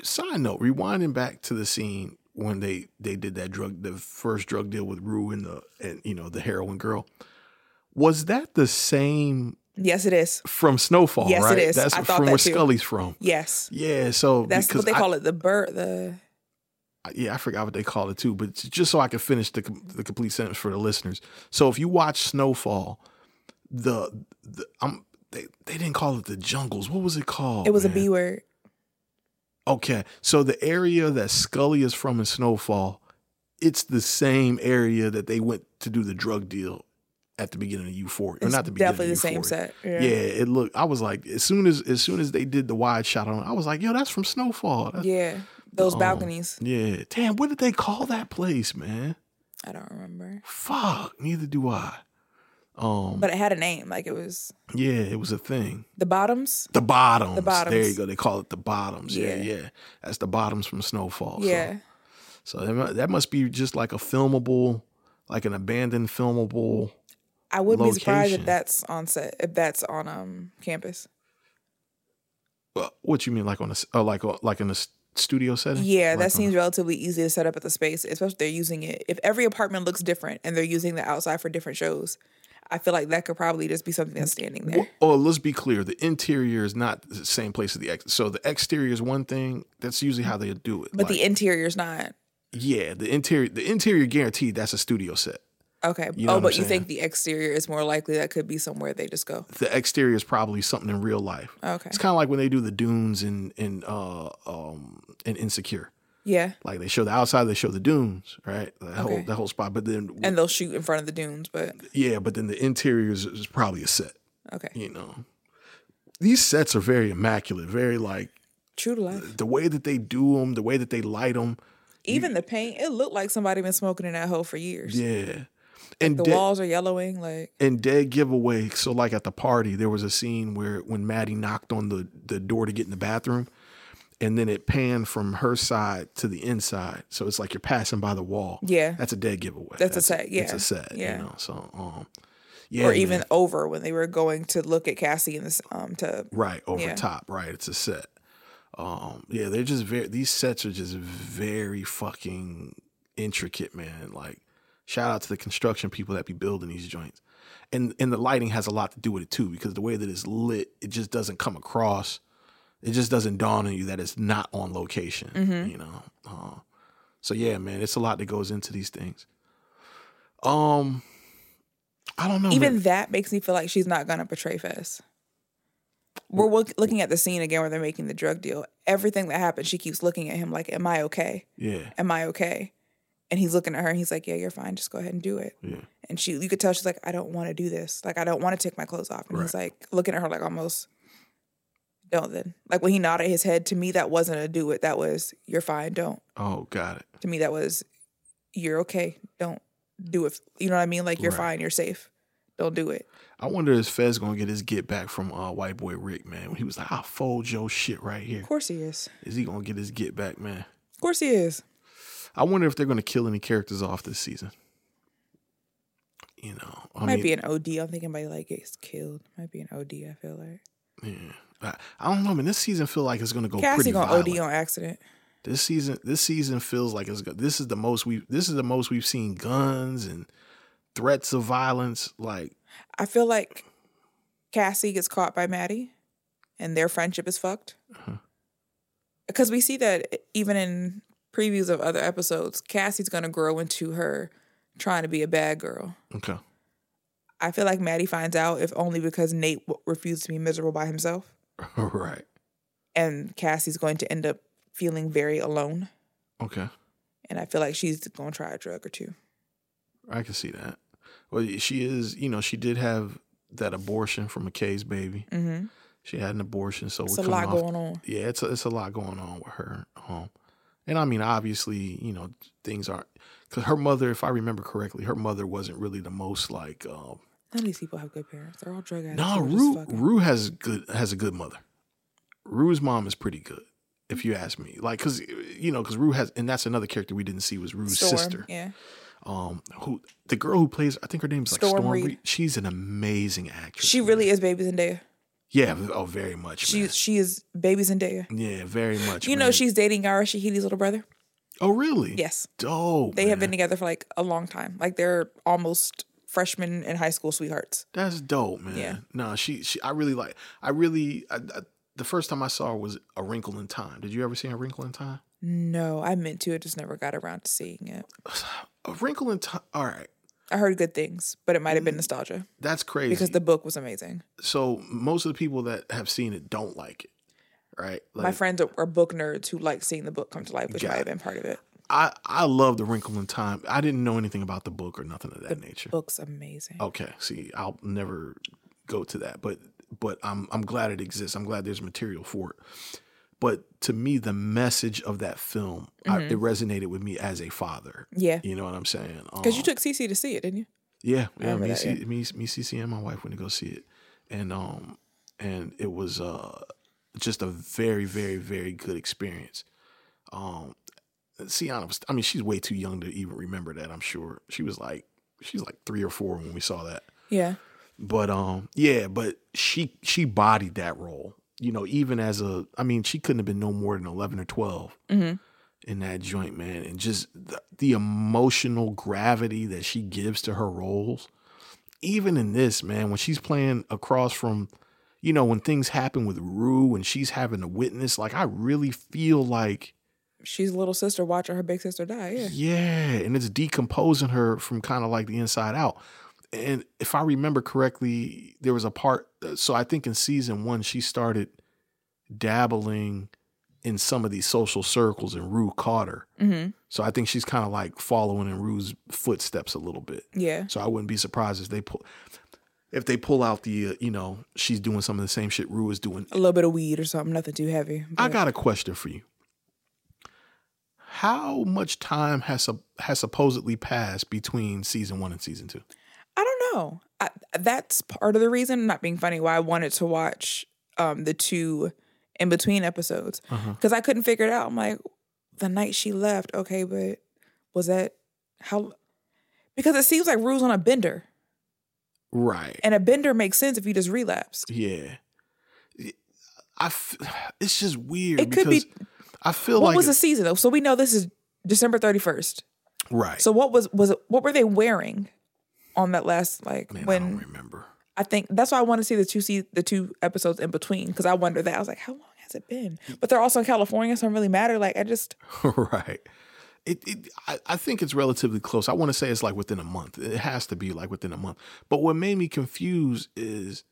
Side note: Rewinding back to the scene when they they did that drug, the first drug deal with Rue and the and you know the heroin girl. Was that the same Yes, it is. from Snowfall? Yes, it right. is. That's I thought from that where too. Scully's from. Yes, Yeah. So that's because what they I- call it. The bird. The yeah, I forgot what they call it too, but j- just so I can finish the, com- the complete sentence for the listeners. So if you watch Snowfall, the, the I'm they, they didn't call it the jungles. What was it called? it was a Oh, man? B word. Okay, so the area that Scully is from in Snowfall, it's the same area that they went to do the drug deal at the beginning of Euphoria. or It's not the beginning definitely of the same Euphoria. set. Yeah. Yeah, it looked. I was like, as soon as as soon as they did the wide shot on, it, I was like, yo, that's from Snowfall. That's- Yeah, those Um, balconies. Yeah, damn, what did they call that place, man? I don't remember, Fuck, neither do I. Um, but it had a name. Like it was yeah, it was a thing. the bottoms. The bottoms. The Bottoms. There you go. They call it the bottoms. Yeah, Yeah. yeah. That's the bottoms from Snowfall. Oh, so- Yeah, So, that, mu- that must be just like a filmable, like an abandoned filmable. I wouldn't be surprised if Location. that's on set. If that's on um campus. uh, What you mean, like on a s- uh, like a, like in a s- studio setting? Yeah, that Like on a- seems relatively easy to set up at the space, especially if they're using it. If every apartment looks different and they're using the outside for different shows, I feel like that could probably just be something that's standing there. Oh, let's be clear. The interior is not the same place as the ex. So the exterior is one thing. That's usually how they do it. But Like, the interior's not yeah, the interior, the interior guaranteed. That's a studio set. okay. You know oh, what but I'm you saying. think the exterior is more likely? That could be somewhere they just go. the exterior is probably something in real life. Okay. It's kind of like when they do the dunes in in uh um in Insecure. Yeah, Like they show the outside, they show the dunes, right? That whole Okay. that whole spot. But then and they'll shoot in front of the dunes, but yeah, but then the interior is, is probably a set. okay. You know, these sets are very immaculate, very like True to life. The way that they do them, the way that they light them, Even the paint, it looked like somebody been smoking in that hole for years. yeah. And The dead- walls are yellowing. Like and dead giveaway. So like at the party, there was a scene where when Maddie knocked on the the door to get in the bathroom, and then it panned from her side to the inside. So it's like you're passing by the wall. Yeah. that's a dead giveaway. That's a set, yeah. it's a set. Yeah. you know. So um, yeah, or even man. over when they were going to look at Cassie in this um tub. right over yeah. top. Right, it's a set. Um, yeah, they're just very. These sets are just very fucking intricate, man. Like shout out to the construction people that be building these joints. And and the lighting has a lot to do with it too, because the way that it's lit, it just doesn't come across. It just doesn't dawn on you that it's not on location. Mm-hmm. You know. Uh, so yeah, man, it's a lot that goes into these things. Um, I don't know. Even man. that makes me feel like she's not gonna betray Fez. We're look, looking at the scene again where they're making the drug deal. Everything that happened, she keeps looking at him like, "Am I okay? yeah, Am I okay?" And he's looking at her and he's like, "Yeah, you're fine. Just go ahead and do it." yeah, And she, you could tell she's like, "I don't want to do this. Like, I don't want to take my clothes off." And he's like looking at her like almost, "Don't then." Like when he nodded his head to me, that wasn't a do it. That was, "You're fine. Don't." oh, got it. to me that was you're okay don't do it you know what i mean like you're Right. fine you're safe don't do it I wonder if Fez gonna get his get back from uh, white boy Rick, man. When he was like, "I'll fold your shit right here." of course he is Is he gonna get his get back, man? of course he is I wonder if they're gonna kill any characters off this season. You know, I might mean, be an od i'm thinking about like gets killed might be an od i feel like I, I don't know, man. This season feel like it's gonna go cassie pretty gonna violent. od on accident This season, this season feels like it's go- this is the most we this is the most we've seen guns and threats of violence. Like, i feel like cassie gets caught by maddie and their friendship is fucked Uh-huh. because we see that even in previews of other episodes cassie's gonna grow into her trying to be a bad girl okay, i feel like maddie finds out if only because nate w- refused to be miserable by himself all right, and Cassie's going to end up feeling very alone. okay. And I feel like she's going to try a drug or two. I can see that. Well, she is, you know, she did have that abortion from McKay's baby. Mhm. She had an abortion, so It's we're a lot coming off- going on. Yeah, it's a, it's a lot going on with her. Um, and I mean, obviously, you know, things aren't because her mother, if I remember correctly, her mother wasn't really the most like. Um, None of these people have good parents. They're all drug addicts. no, who are just Rue fucking- Rue has good has a good mother. Rue's mom is pretty good, if you ask me. Like, cause you know, cause Rue has, and that's another character we didn't see was Rue's Storm, sister Yeah. um who the girl who plays I think her name's like Storm Storm, Reed. Reed. She's an amazing actress. She man. really is Baby Zendaya. yeah, v- oh very much. She, man. she is Baby Zendaya. yeah, very much. You know, man. she's dating Yara Shahidi's little brother. Oh really? Yes. Dope. They have man. been together for like a long time. Like they're almost freshmen and high school sweethearts. That's dope, man. Yeah. No, she she I really like I really I, I, the first time I saw her was A Wrinkle in Time. Did you ever see A Wrinkle in Time? No, I meant to. I just never got around to seeing it. A Wrinkle in Time. All right. I heard good things, but it might have been Mm. nostalgia That's crazy. because the book was amazing. so most of the people that have seen it don't like it. Right? Like, my friends are, are book nerds who like seeing the book come to life, which Got might have it. been part of it. I I love The Wrinkle in Time. I didn't know anything about the book or nothing of that nature. Book's amazing. Okay. See, I'll never go to that, but but I'm I'm glad it exists. I'm glad there's material for it. But to me, the message of that film I, it resonated with me as a father. Mm-hmm. Yeah. You know what I'm saying? Um, Because you took CC to see it, didn't you? yeah, yeah. remember Me, that, C- me, me, CC, and my wife went to go see it, and um, and it was uh, just a very, very, very good experience. Um, Sienna was, I mean, she's way too young to even remember that. I'm sure she was like, she's like three or four when we saw that. Yeah. But um, yeah, but she she bodied that role. You know, even as a, I mean, she couldn't have been no more than eleven or 12 in that joint, man. And just the, the emotional gravity that she gives to her roles, even in this, man, when she's playing across from, you know, when things happen with Rue and she's having to witness, like I really feel like She's little sister watching her big sister die. Yeah. yeah, and it's decomposing her from kind of like the inside out. And if I remember correctly, there was a part. uh, So I think in season one, she started dabbling in some of these social circles, and Rue caught her. So I think she's kind of like following in Rue's footsteps a little bit. Yeah. So I wouldn't be surprised if they pull. if they pull out the, uh, you know, she's doing some of the same shit Rue is doing. A little bit of weed or something, nothing too heavy. I but- got a question for you. How much time has sup- has supposedly passed between season one and season two? I don't know. I, that's part of the reason, not being funny, why I wanted to watch um, the two in between episodes Uh-huh. because I couldn't figure it out. I'm like, the night she left, okay, but was that how? Because it seems like Rue's on a bender, Right. and a bender makes sense if you just relapse. Yeah. I f- it's just weird It could be- because I feel what like was the it- season though? So we know this is December 31st. right. So what was was it, what were they wearing on that last like Man, I don't when remember. I think that's why I want to see the two see the two episodes in between because I wonder that I was like, how long has it been? But they're also in California, so it doesn't really matter. Like I just right. It, it I, I think it's relatively close. I want to say it's like within a month. It has to be like within a month. But what made me confused is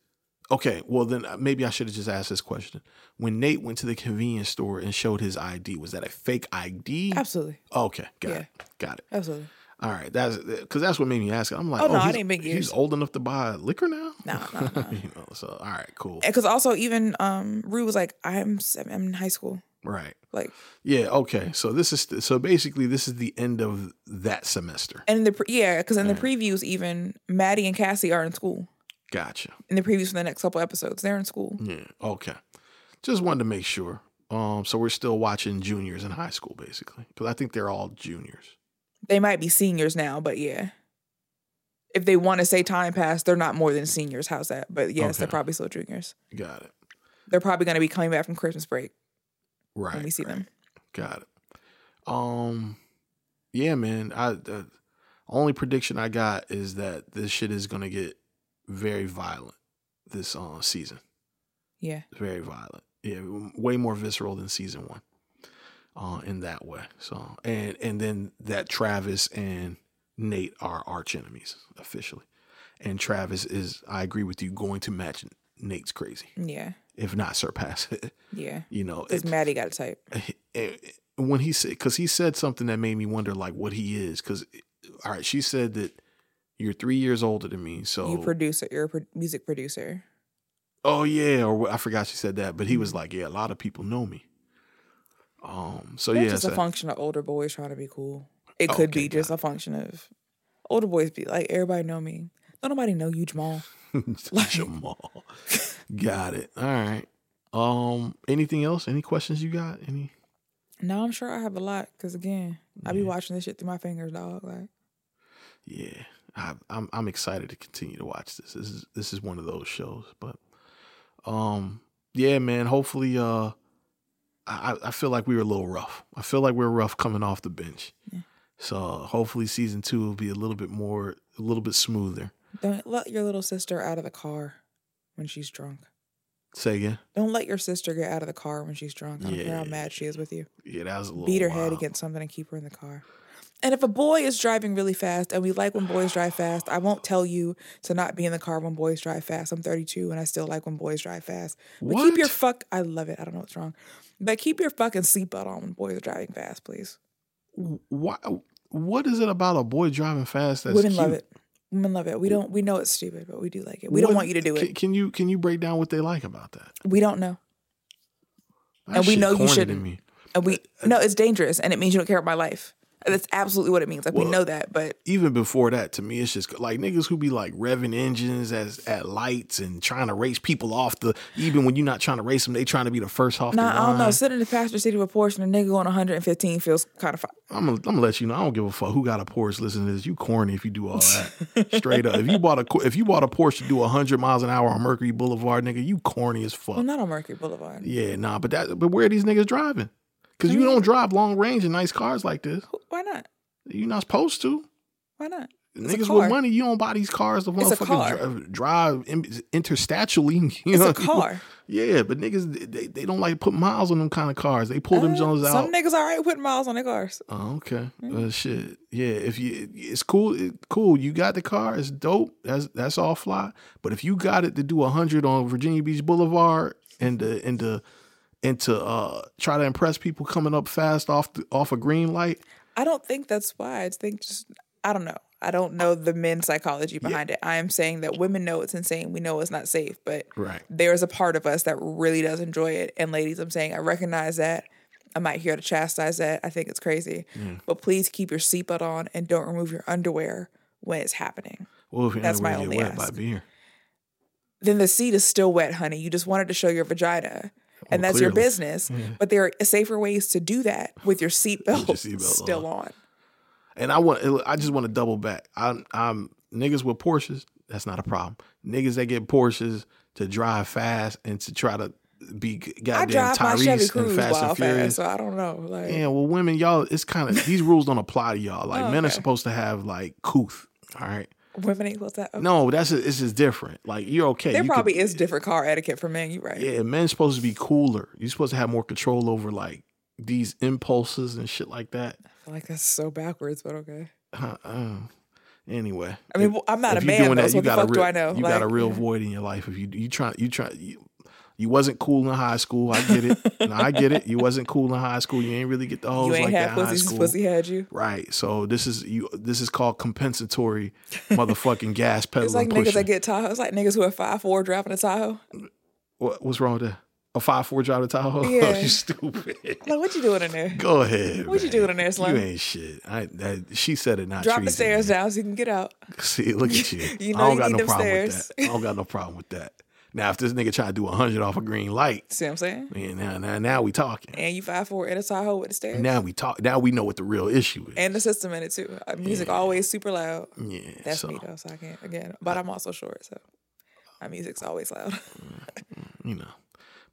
okay, well then uh, maybe I should have just asked this question. When Nate went to the convenience store and showed his ID, was that a fake ID? absolutely, Okay, got Yeah. it. Got it. absolutely. All right, that's because that's what made me ask. it. I'm like, Oh, oh, no, it he's, ain't been years. he's old enough to buy liquor now. No, no, no. you know, so all right, cool. Because Eh, also even um Rue was like, I'm seven, I'm in high school. Right. Like Yeah. Okay. So this is so basically this is the end of that semester. and in the pre- yeah, because Mm. in the previews even Maddie and Cassie are in school. Gotcha. In the previews for the next couple episodes, they're in school. Yeah. Okay. Just wanted to make sure. Um. So we're still watching juniors in high school, basically, because I think they're all juniors. They might be seniors now, but yeah. If they want to say time passed, they're not more than seniors. How's that? But yes, they're Okay. probably still juniors. Got it. They're probably going to be coming back from Christmas break Right. when we see them. Got it. Um, yeah, man. I the only prediction I got is that this shit is gonna get very violent this uh, season. Yeah. Very violent. Yeah, way more visceral than season one. Uh, in that way. So and and then that Travis and Nate are arch enemies officially, and Travis is I agree with you going to match Nate's crazy Yeah. if not surpass it. Yeah. You know, Because it- Maddie got a type. it- when he said because he said something that made me wonder like what he is because all right she said that you're three years older than me so You producer, you're a pro- music producer. oh yeah or wh- i forgot she said that but he was like yeah a lot of people know me um so That's yeah just a so- Oh, function of older boys trying to be cool. It could Okay, be just a function of older boys be like, everybody know me. Don't nobody know you, Jamal. Jamal. got it all right um anything else any questions you got any No, I'm sure I have a lot. Because again, I Mm-hmm. be watching this shit through my fingers, dog. Like, yeah I, I'm I'm excited to continue to watch this. This is this is one of those shows, but um, yeah, man. Hopefully, uh, I I feel like we were a little rough. I feel like we are rough coming off the bench. So hopefully, season two will be a little bit more, a little bit smoother. don't let your little sister out of the car when she's drunk. Say again. Don't let your sister get out of the car when she's drunk. I don't care how Yeah. mad she is with you. Yeah, that was a little beat her head wild. against something and keep her in the car. And if a boy is driving really fast, and we like when boys drive fast, I won't tell you to not be in the car when boys drive fast. I'm 32 and I still like when boys drive fast. But keep your What? fuck. I love it. I don't know what's wrong, but keep your fucking seatbelt on when boys are driving fast, please. Why? What is it about a boy driving fast? That's Women cute? love it. Women love it. We don't. We know it's stupid, but we do like it. We don't What- want you to do Can, it. can you can you break down what they like about that? We don't know, That And we shit know you corny to shouldn't. me. and we no. It's dangerous, and it means you don't care about my life. That's absolutely what it means. Like we Well, know that, but even before that, to me, it's just like niggas who be like revving engines as at lights and trying to race people off the. Even when you're not trying to race them, they trying to be the first off nah, the line. I don't know. Sitting in the passenger seat of a Porsche and a nigga going 115 feels kind of fine. I'm gonna, I'm gonna let you know. I don't give a fuck who got a Porsche. Listen to this. You corny if you do all that. Straight up. If you bought a Cor- if you bought a Porsche to do 100 miles an hour on Mercury Boulevard, nigga, you corny as fuck. Well, not on Mercury Boulevard. yeah, nah. But that but where are these niggas driving? Because you don't drive long range in nice cars like this. Why not? You're not supposed to. Why not? It's a Niggas car. with money, you don't buy these cars. The It's a car. motherfuckers dri- drive in, interstatually. You It's know? a car. Yeah, but niggas they, they don't like to put miles on them kind of cars. They pull them Uh, Jones out. Some niggas all right putting miles on their cars. oh, okay, Well, shit. Yeah, if you it's cool, it, cool. You got the car, it's dope. That's that's all fly. But if you got it to do hundred on Virginia Beach Boulevard and the and the and to uh, try to impress people coming up fast off the, off a green light, I don't think that's why. I think just I don't know. I don't know the men's psychology behind it. I am saying that women know it's insane. We know it's not safe, but Right. there is a part of us that really does enjoy it. And ladies, I'm saying I recognize that. I'm not here to chastise that. I think it's crazy. But please keep your seatbelt on and don't remove your underwear when it's happening. Well, if you're That's my underwear get only wet by ask. beer. Then the seat is still wet, honey. You just wanted to show your vagina. And Well, that's your Oh, clearly. business. But there are safer ways to do that with your seatbelt seatbelt still on. And I want, I just want to double back. I'm, I'm niggas with Porsches. That's not a problem. Niggas that get Porsches to drive fast and to try to be goddamn I drive my Chevy Tyrese and Cruise Fast while and fast, Furious. so I don't know. Like, Yeah, well, women, y'all, it's kind of these rules don't apply to y'all. Oh, Like men are supposed to have like couth. All right. women ain't with that. Okay. No, that's it's just different. Like you're okay. there You could- probably is different car etiquette for men. You're right. yeah, men's supposed to be cooler. You're supposed to have more control over like these impulses and shit like that. I feel Like that's so backwards, but okay. Uh-uh. Anyway, I mean, if- well, I'm not if a you're man, doing though, that, so you what the got a fuck do real- I know? You got a Like, real yeah. void in your life if you you try you try you, you wasn't cool in high school. I get it. no, I get it. You wasn't cool in high school. You ain't really get the hoes You ain't like had that in high pussy, since school. pussy had you. Right. So this is you. This is called compensatory motherfucking gas pedal. It's like and niggas pushing. that get Tahoe. It's like niggas who are five four driving a Tahoe. What, what's wrong with that? A five four drive to Tahoe? Yeah. you stupid. Like, what you doing in there? Go ahead. What you man. doing in there, Slim? You ain't shit. I, that, she said it, not Drop the treason, stairs man. down so you can get out. See, look at you. You know I don't you got need no them problem stairs. with that. I don't got no problem with that. Now, if this nigga try to do hundred off a green light, See what I'm saying? man, now, now, now we talking. And you five four in a Tahoe with the stairs. Now we talk. Now we know what the real issue is. And the system in it too. Uh, Music always super loud. yeah, That's so me though, so I can't again. But I'm also short, so my music's always loud. Mm. you know.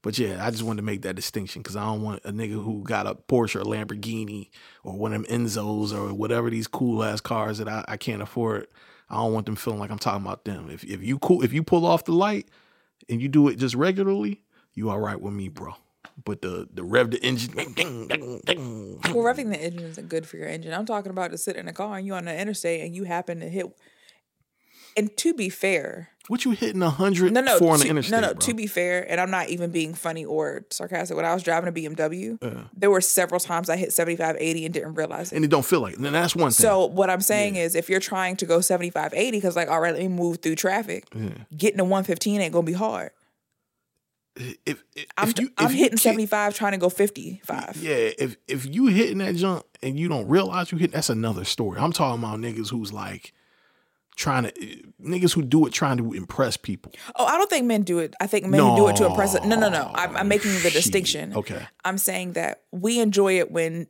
But yeah, I just wanted to make that distinction because I don't want a nigga who got a Porsche or Lamborghini or one of them Enzos or whatever these cool ass cars that I, I can't afford. I don't want them feeling like I'm talking about them. If if you cool if you pull off the light and you do it just regularly, you all right with me, bro. But the the rev the engine, ding, ding, ding. well, revving the engine isn't good for your engine. I'm talking about to sit in a car and you on the interstate and you happen to hit. And to be fair, what you hitting a hundred no, no, for on to, the interstate? no, no. bro? To be fair, and I'm not even being funny or sarcastic. When I was driving a BMW, there were several times I hit 75, 80 and didn't realize it. and it don't feel like. it. And that's one thing. So what I'm saying is, if you're trying to go 75, 80, because like, all right, let me move through traffic. Getting to 115 ain't gonna be hard. if, if, I'm if you, I'm if you hitting can't- 75, trying to go 55. Yeah, if if you hitting that jump and you don't realize you hit, that's another story. I'm talking about niggas who's like trying to niggas who do it trying to impress people. Oh, I don't think men do it. I think men do it to impress. No, no, no. No, I'm, I'm making the shit. distinction. Okay. I'm saying that we enjoy it when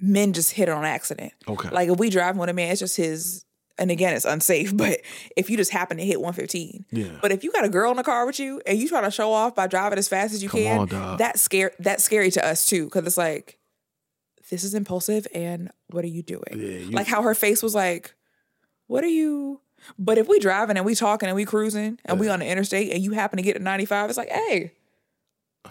men just hit it on accident. Okay. Like if we drive with a man, it's just his. And again, it's unsafe. But if you just happen to hit 115, Yeah. But if you got a girl in the car with you and you try to show off by driving as fast as you Come can, on, dog. that's scary. That's scary to us too, because it's like, this is impulsive, and what are you doing? you- like how her face was like, what are you? But if we driving and we talking and we cruising and we on the interstate and you happen to get to 95, it's like, hey,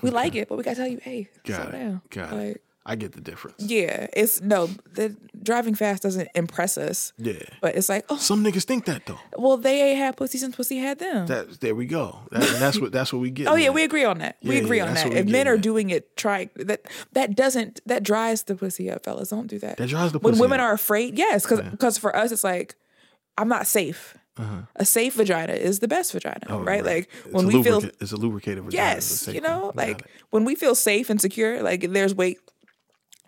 we like it, but we gotta tell you, hey, Got slow it. down. Got like, it. I get the difference. Yeah, it's no, the driving fast doesn't impress us, Yeah. but it's like, oh, Some niggas think that though. well, they ain't had pussy since pussy had them. That there we go. That, that's what that's what we get. Oh yeah, man. we agree on that. we Yeah, agree yeah, on that's that. what we If men getting are at. doing it, try that. That doesn't. That dries the pussy up, fellas. Don't do that. That dries the When pussy women up. are afraid, yes, because for us it's like, I'm not safe. A safe vagina is the best vagina, right? Like Uh-huh. Oh, It's when a we feel lubrica- it's a lubricated vagina. It's a yes, safe you one. know, Got like it. when we feel safe and secure, like there's weight.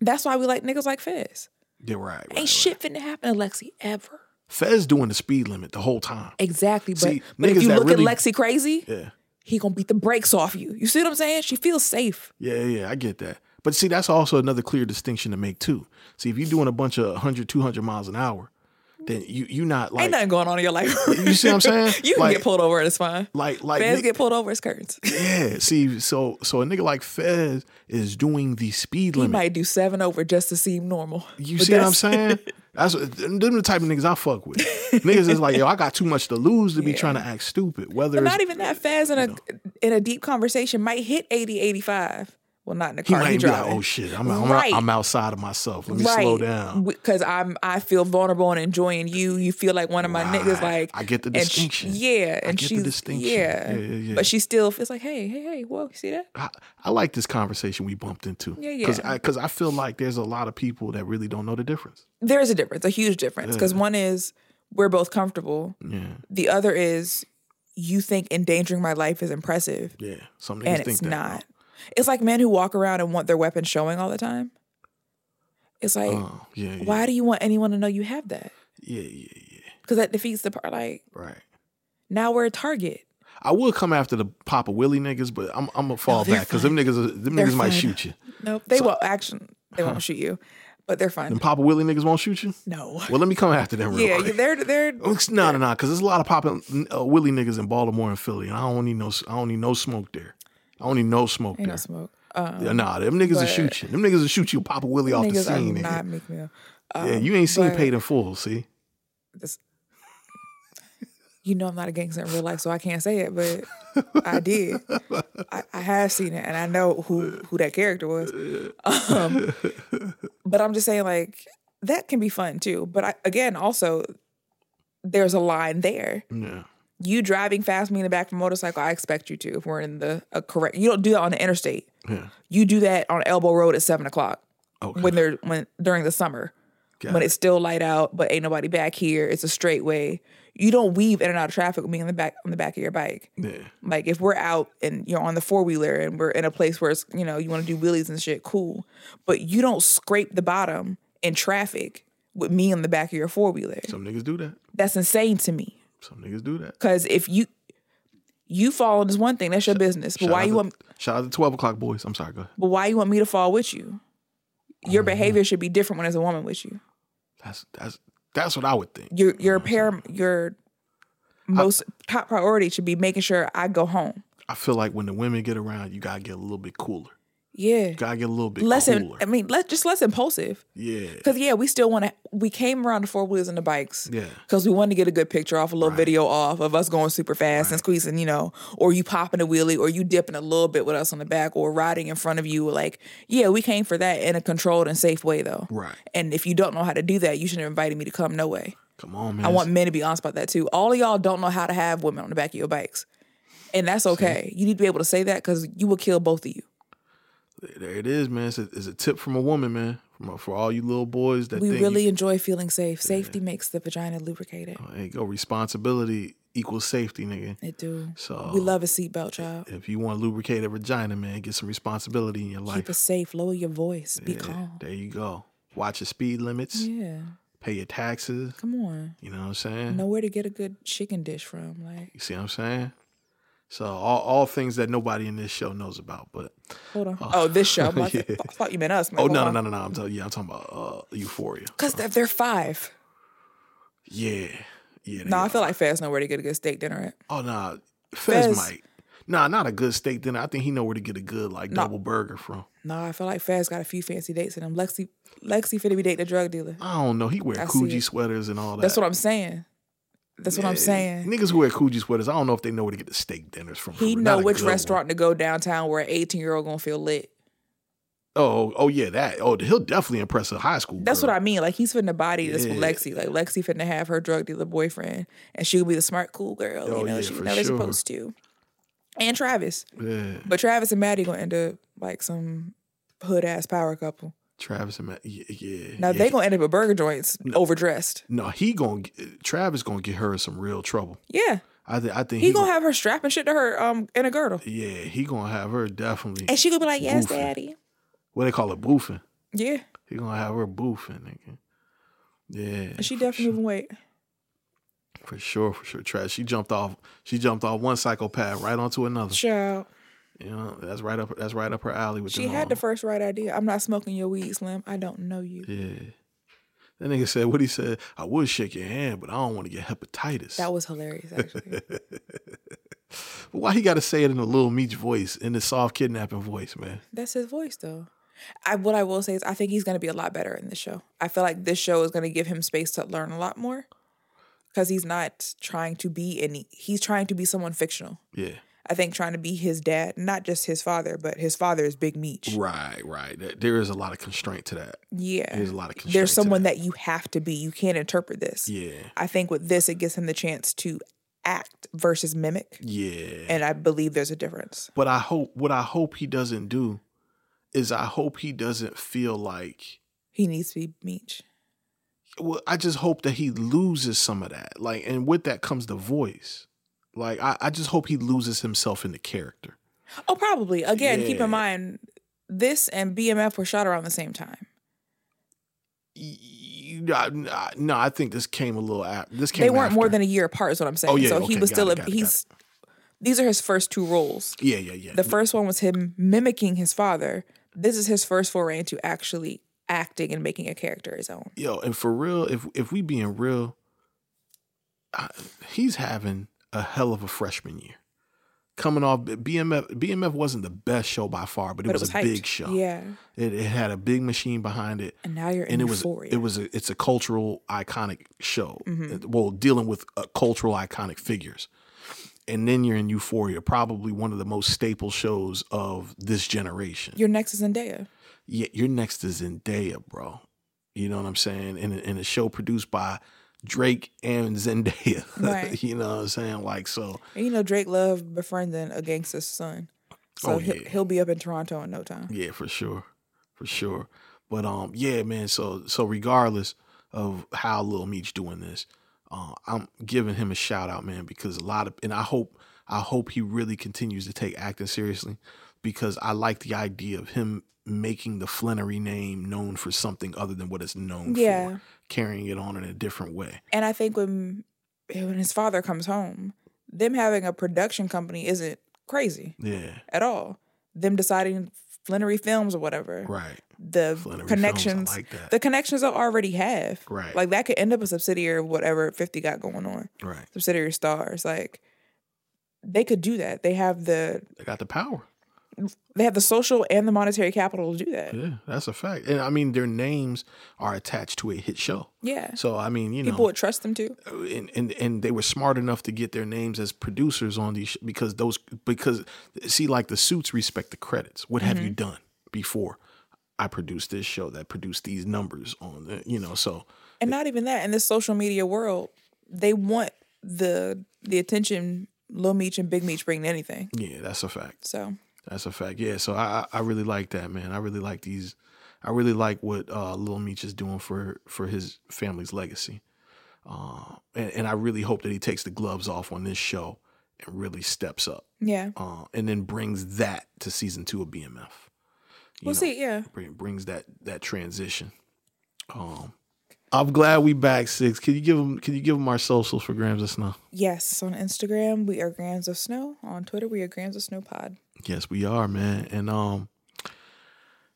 That's why we like niggas like Fez. yeah, right. right, Ain't right. shit finna happen to Lexi ever. Fez doing the speed limit the whole time. Exactly, but, See, but niggas if you that look really- at Lexi crazy, Yeah. he gonna beat the brakes off you. You see what I'm saying? She feels safe. Yeah, yeah, I get that. But see, that's also another clear distinction to make too. See, if you're doing a bunch of 100, 200 miles an hour, then you you not like Ain't nothing going on in your life. You see what I'm saying? you can Like- get pulled over and it's fine. like like Fans nigg- get pulled over, it's curtains. He yeah. See, so so a nigga like Fez is doing the speed limit. might do seven over just to seem normal. You But see what I'm that's- saying? That's what, them the type of niggas I fuck with. niggas is like, yo, I got too much to lose to be trying to act stupid. Whether Not it's- even that Faz in a in a deep conversation might hit 80, 85. Well, not in the he car. might He be like, driving. oh shit, I'm I'm, Right. I'm outside of myself. Let me slow down. Because I'm I feel vulnerable and enjoying you. You feel like one of my niggas. Right. Like I get the and sh- distinction. yeah, I and get the she's distinction. Yeah. Yeah, yeah, yeah. but she still feels like, hey, hey, hey, whoa, you see that? I, I like this conversation we bumped into. Yeah, yeah. Because I, 'cause I feel like there's a lot of people that really don't know the difference. there is a difference, a huge difference, because one is we're both comfortable. Yeah. The other is you think endangering my life is impressive, Yeah. Some niggas and think it's that. not. It's like men who walk around and want their weapon showing all the time. It's like, Oh, yeah, yeah. why do you want anyone to know you have that? Yeah, yeah, yeah. Because that defeats the part. Like Right. now we're a target. I will come after the Papa Willie niggas, but I'm I'm gonna fall they're back because them niggas are- them They're niggas might fine. shoot you. Nope, they won't action. They won't shoot you, but they're fine. Them Papa Willie niggas won't shoot you. No. Well, let me come after them real Yeah, quick. they're they're No, no, no, because there's a lot of Papa uh, Willie niggas in Baltimore and Philly, and I don't need no I don't need no smoke there. I don't need no smoke ain't there. no smoke. Um, Yeah, nah, them niggas will but- shoot you. Them niggas will shoot you, Papa Willie off the niggas scene. are nigga. not Meek Mill. Um, yeah, you ain't seen but paid in full. See, this- you know I'm not a gangster in real life, so I can't say it, but I did. I, I have seen it, and I know who who that character was. Um, but I'm just saying, like that can be fun too. But I, again, also there's a line there. yeah, You driving fast, me in the back of a motorcycle. I expect you to if we're in the a correct. You don't do that on the interstate. yeah, You do that on Elbow Road at seven o'clock okay, when they're when during the summer got when it. it's still light out, but ain't nobody back here. It's a straight way. You don't weave in and out of traffic with me on the back on the back of your bike. yeah, Like if we're out and you're on the four wheeler and we're in a place where it's you know you want to do wheelies and shit, cool. But you don't scrape the bottom in traffic with me on the back of your four wheeler. some niggas do that. That's insane to me. Some niggas do that. Cause if you you fall is one thing, that's your business. But Shout why out you to- want Shout out to twelve o'clock boys. I'm sorry, go ahead. but why you want me to fall with you? Your Mm-hmm. behavior should be different when there's a woman with you. That's that's that's what I would think. your your param your most top priority should be making sure I go home. I feel like when the women get around, you gotta get a little bit cooler. Yeah. Gotta get a little bit Less in, cooler. I mean, less just less impulsive. yeah, Cause yeah, we still want to. We came around the four wheels and the bikes. Yeah. Cause we wanted to get a good picture off, a little video off of us going super fast and squeezing, you know, or you popping a wheelie, or you dipping a little bit with us on the back, or riding in front of you. Like, yeah, we came for that in a controlled and safe way though. Right. And if you don't know how to do that, you should have invited me to come. No way. come on, man. I want men to be honest about that too. All of y'all don't know how to have women on the back of your bikes. And that's okay. You need to be able to say that because you will kill both of you. there it is, man. It's a, it's a tip from a woman, man. From a, for all you little boys that We think really enjoy feeling safe. Safety makes the vagina lubricated. you, hey, go responsibility equals safety, nigga. It do. So- we love a seatbelt, child. If you want to lubricate a vagina, man, get some responsibility in your life. Keep it safe. Lower your voice. Be calm. There you go. Watch your speed limits. Yeah. Pay your taxes. Come on. You know what I'm saying? Know where to get a good chicken dish from. Like, You see what I'm saying? So all, all things that nobody in this show knows about, but hold on. Oh, this show. I'm like, i Yeah. thought you meant us. oh no no no no no! I'm talking yeah, I'm talking about uh, Euphoria. Because they're, they're five. Yeah, yeah. they No, I are. feel like Faz know where to get a good steak dinner at. Oh nah, Fez, Fez- might. Nah, not a good steak dinner. I think he know where to get a good like double burger from. No, I feel like Faz got a few fancy dates in him. Lexi, Lexi finna be dating a drug dealer. I don't know. He wear I see Coogee it. sweaters and all that. That's what I'm saying. That's what I'm saying. Niggas who wear Coogee sweaters, I don't know if they know where to get the steak dinners from. He Not know a which good one. restaurant to go downtown where an 18 year old gonna feel lit. Oh oh yeah, that. Oh, he'll definitely impress a high school. That's girl. what I mean. Like he's finna body this with Yeah. Lexi. Like Lexi finna have her drug dealer boyfriend, and she'll be the smart, cool girl. Oh, you know, yeah, she for know they're sure. supposed to. And Travis, Yeah, but Travis and Maddie gonna end up like some hood ass power couple. Travis and Matt. Yeah, yeah. Now yeah. they gonna end up at burger joints overdressed. No, he gonna get- Travis gonna get her in some real trouble. Yeah, I think I think he, gonna, have her strapping shit to her um in a girdle, Yeah, he gonna have her definitely. and she gonna be like, "Yes, Goofy. daddy." what they call it, boofing. Yeah, He gonna have her boofing, nigga. Yeah, and she definitely moving weight. for sure, for sure. Trash. She jumped off. She jumped off one psychopath right onto another. Child. You know, that's right up. That's right up her alley with. She them had all. the first right idea. I'm not smoking your weed, Slim. I don't know you. Yeah. That nigga said what he said. I would shake your hand, but I don't want to get hepatitis. That was hilarious, actually. But Why he got to say it in a little meech voice, in the soft kidnapping voice, man? That's his voice, though. I, what I will say is, I think he's going to be a lot better in this show. I feel like this show is going to give him space to learn a lot more because he's not trying to be any. He's trying to be someone fictional. Yeah. I think trying to be his dad, not just his father, but his father is Big Meech. Right, right. There- There is a lot of constraint to that. Yeah, There's a lot of constraint. there's to someone that you have to be. You can't interpret this. Yeah, I think with this, it gives him the chance to act versus mimic, yeah. and I believe there's a difference. But I hope what I hope he doesn't do is I hope he doesn't feel like He needs to be Meech. well, I just hope that he loses some of that. Like, and with that comes the voice. Like, I, I just hope he loses himself in the character. Oh, probably. Again, keep Yeah. in mind this and BMF were shot around the same time. Y- y- I- I- no, I think this came a little out. This came. they weren't more after. than a year apart, is what I'm saying. Oh, yeah, so he okay, was got still it, a- got it, got he's these are his first two roles. Yeah, yeah, yeah. The first one was him mimicking his father. This is his first foray into actually acting and making a character his own. Yo, and for real, if if we being real, I, he's having a hell of a freshman year. Coming off BMF, BMF wasn't the best show by far, but it But was, it was a hyped. big show. Yeah. it, it had a big machine behind it. And now you're in and it was euphoria. Mm-hmm. it was a, it's a cultural iconic show. It- Well, dealing with uh, cultural iconic figures, and then you're in Euphoria, probably one of the most staple shows of this generation. Your next is Zendaya. yeah, your next is Zendaya, bro. You know what I'm saying? In a, in a show produced by Drake and Zendaya. Right. you know what I'm saying? Like so, And you know Drake loved befriending a gangster's son. So Oh, he'll, yeah. he'll be up in Toronto in no time. yeah, for sure, for sure. But um, yeah, man. So so regardless of how Lil Meech doing this, uh, I'm giving him a shout out, man, because a lot of and I hope I hope he really continues to take acting seriously because I like the idea of him making the Flannery name known for something other than what it's known Yeah. for, carrying it on in a different way. And I think when when his father comes home, them having a production company isn't crazy Yeah, at all. Them deciding Flannery Films or whatever. right. The Flannery Films, I connections, like that. the connections they'll already have. Right. Like that could end up a subsidiary of whatever Fifty got going on. Right. Subsidiary stars, like they could do that. They have the They got the power. they have the social and the monetary capital to do that. Yeah, that's a fact. And I mean, their names are attached to a hit show. Yeah. So I mean, you know, People would trust them too. and, and and they were smart enough to get their names as producers on these sh- because those because see like the suits respect the credits. What have you done before? I produced this show that produced these numbers on the you know so and not even that in this social media world they want the the attention Lil Meech and Big Meech bring to anything yeah that's a fact so that's a fact yeah so I I I really like that man I really like these I really like what uh, Lil Meech is doing for for his family's legacy uh, and and I really hope that he takes the gloves off on this show and really steps up yeah uh, and then brings that to season two of BMF. You we'll know, see yeah bring- brings that that transition. Um, I'm glad we back six. Can you give them? Can you give them our socials for Grams of Snow? yes on Instagram we are Grams of Snow on Twitter we are Grams of Snow Pod Yes, we are, man. And um,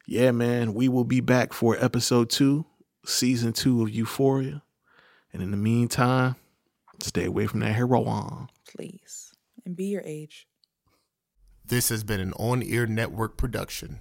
yeah, man, we will be back for episode two, season two of Euphoria. And in the meantime, stay away from that heroin. please and be your age This has been an on air network production.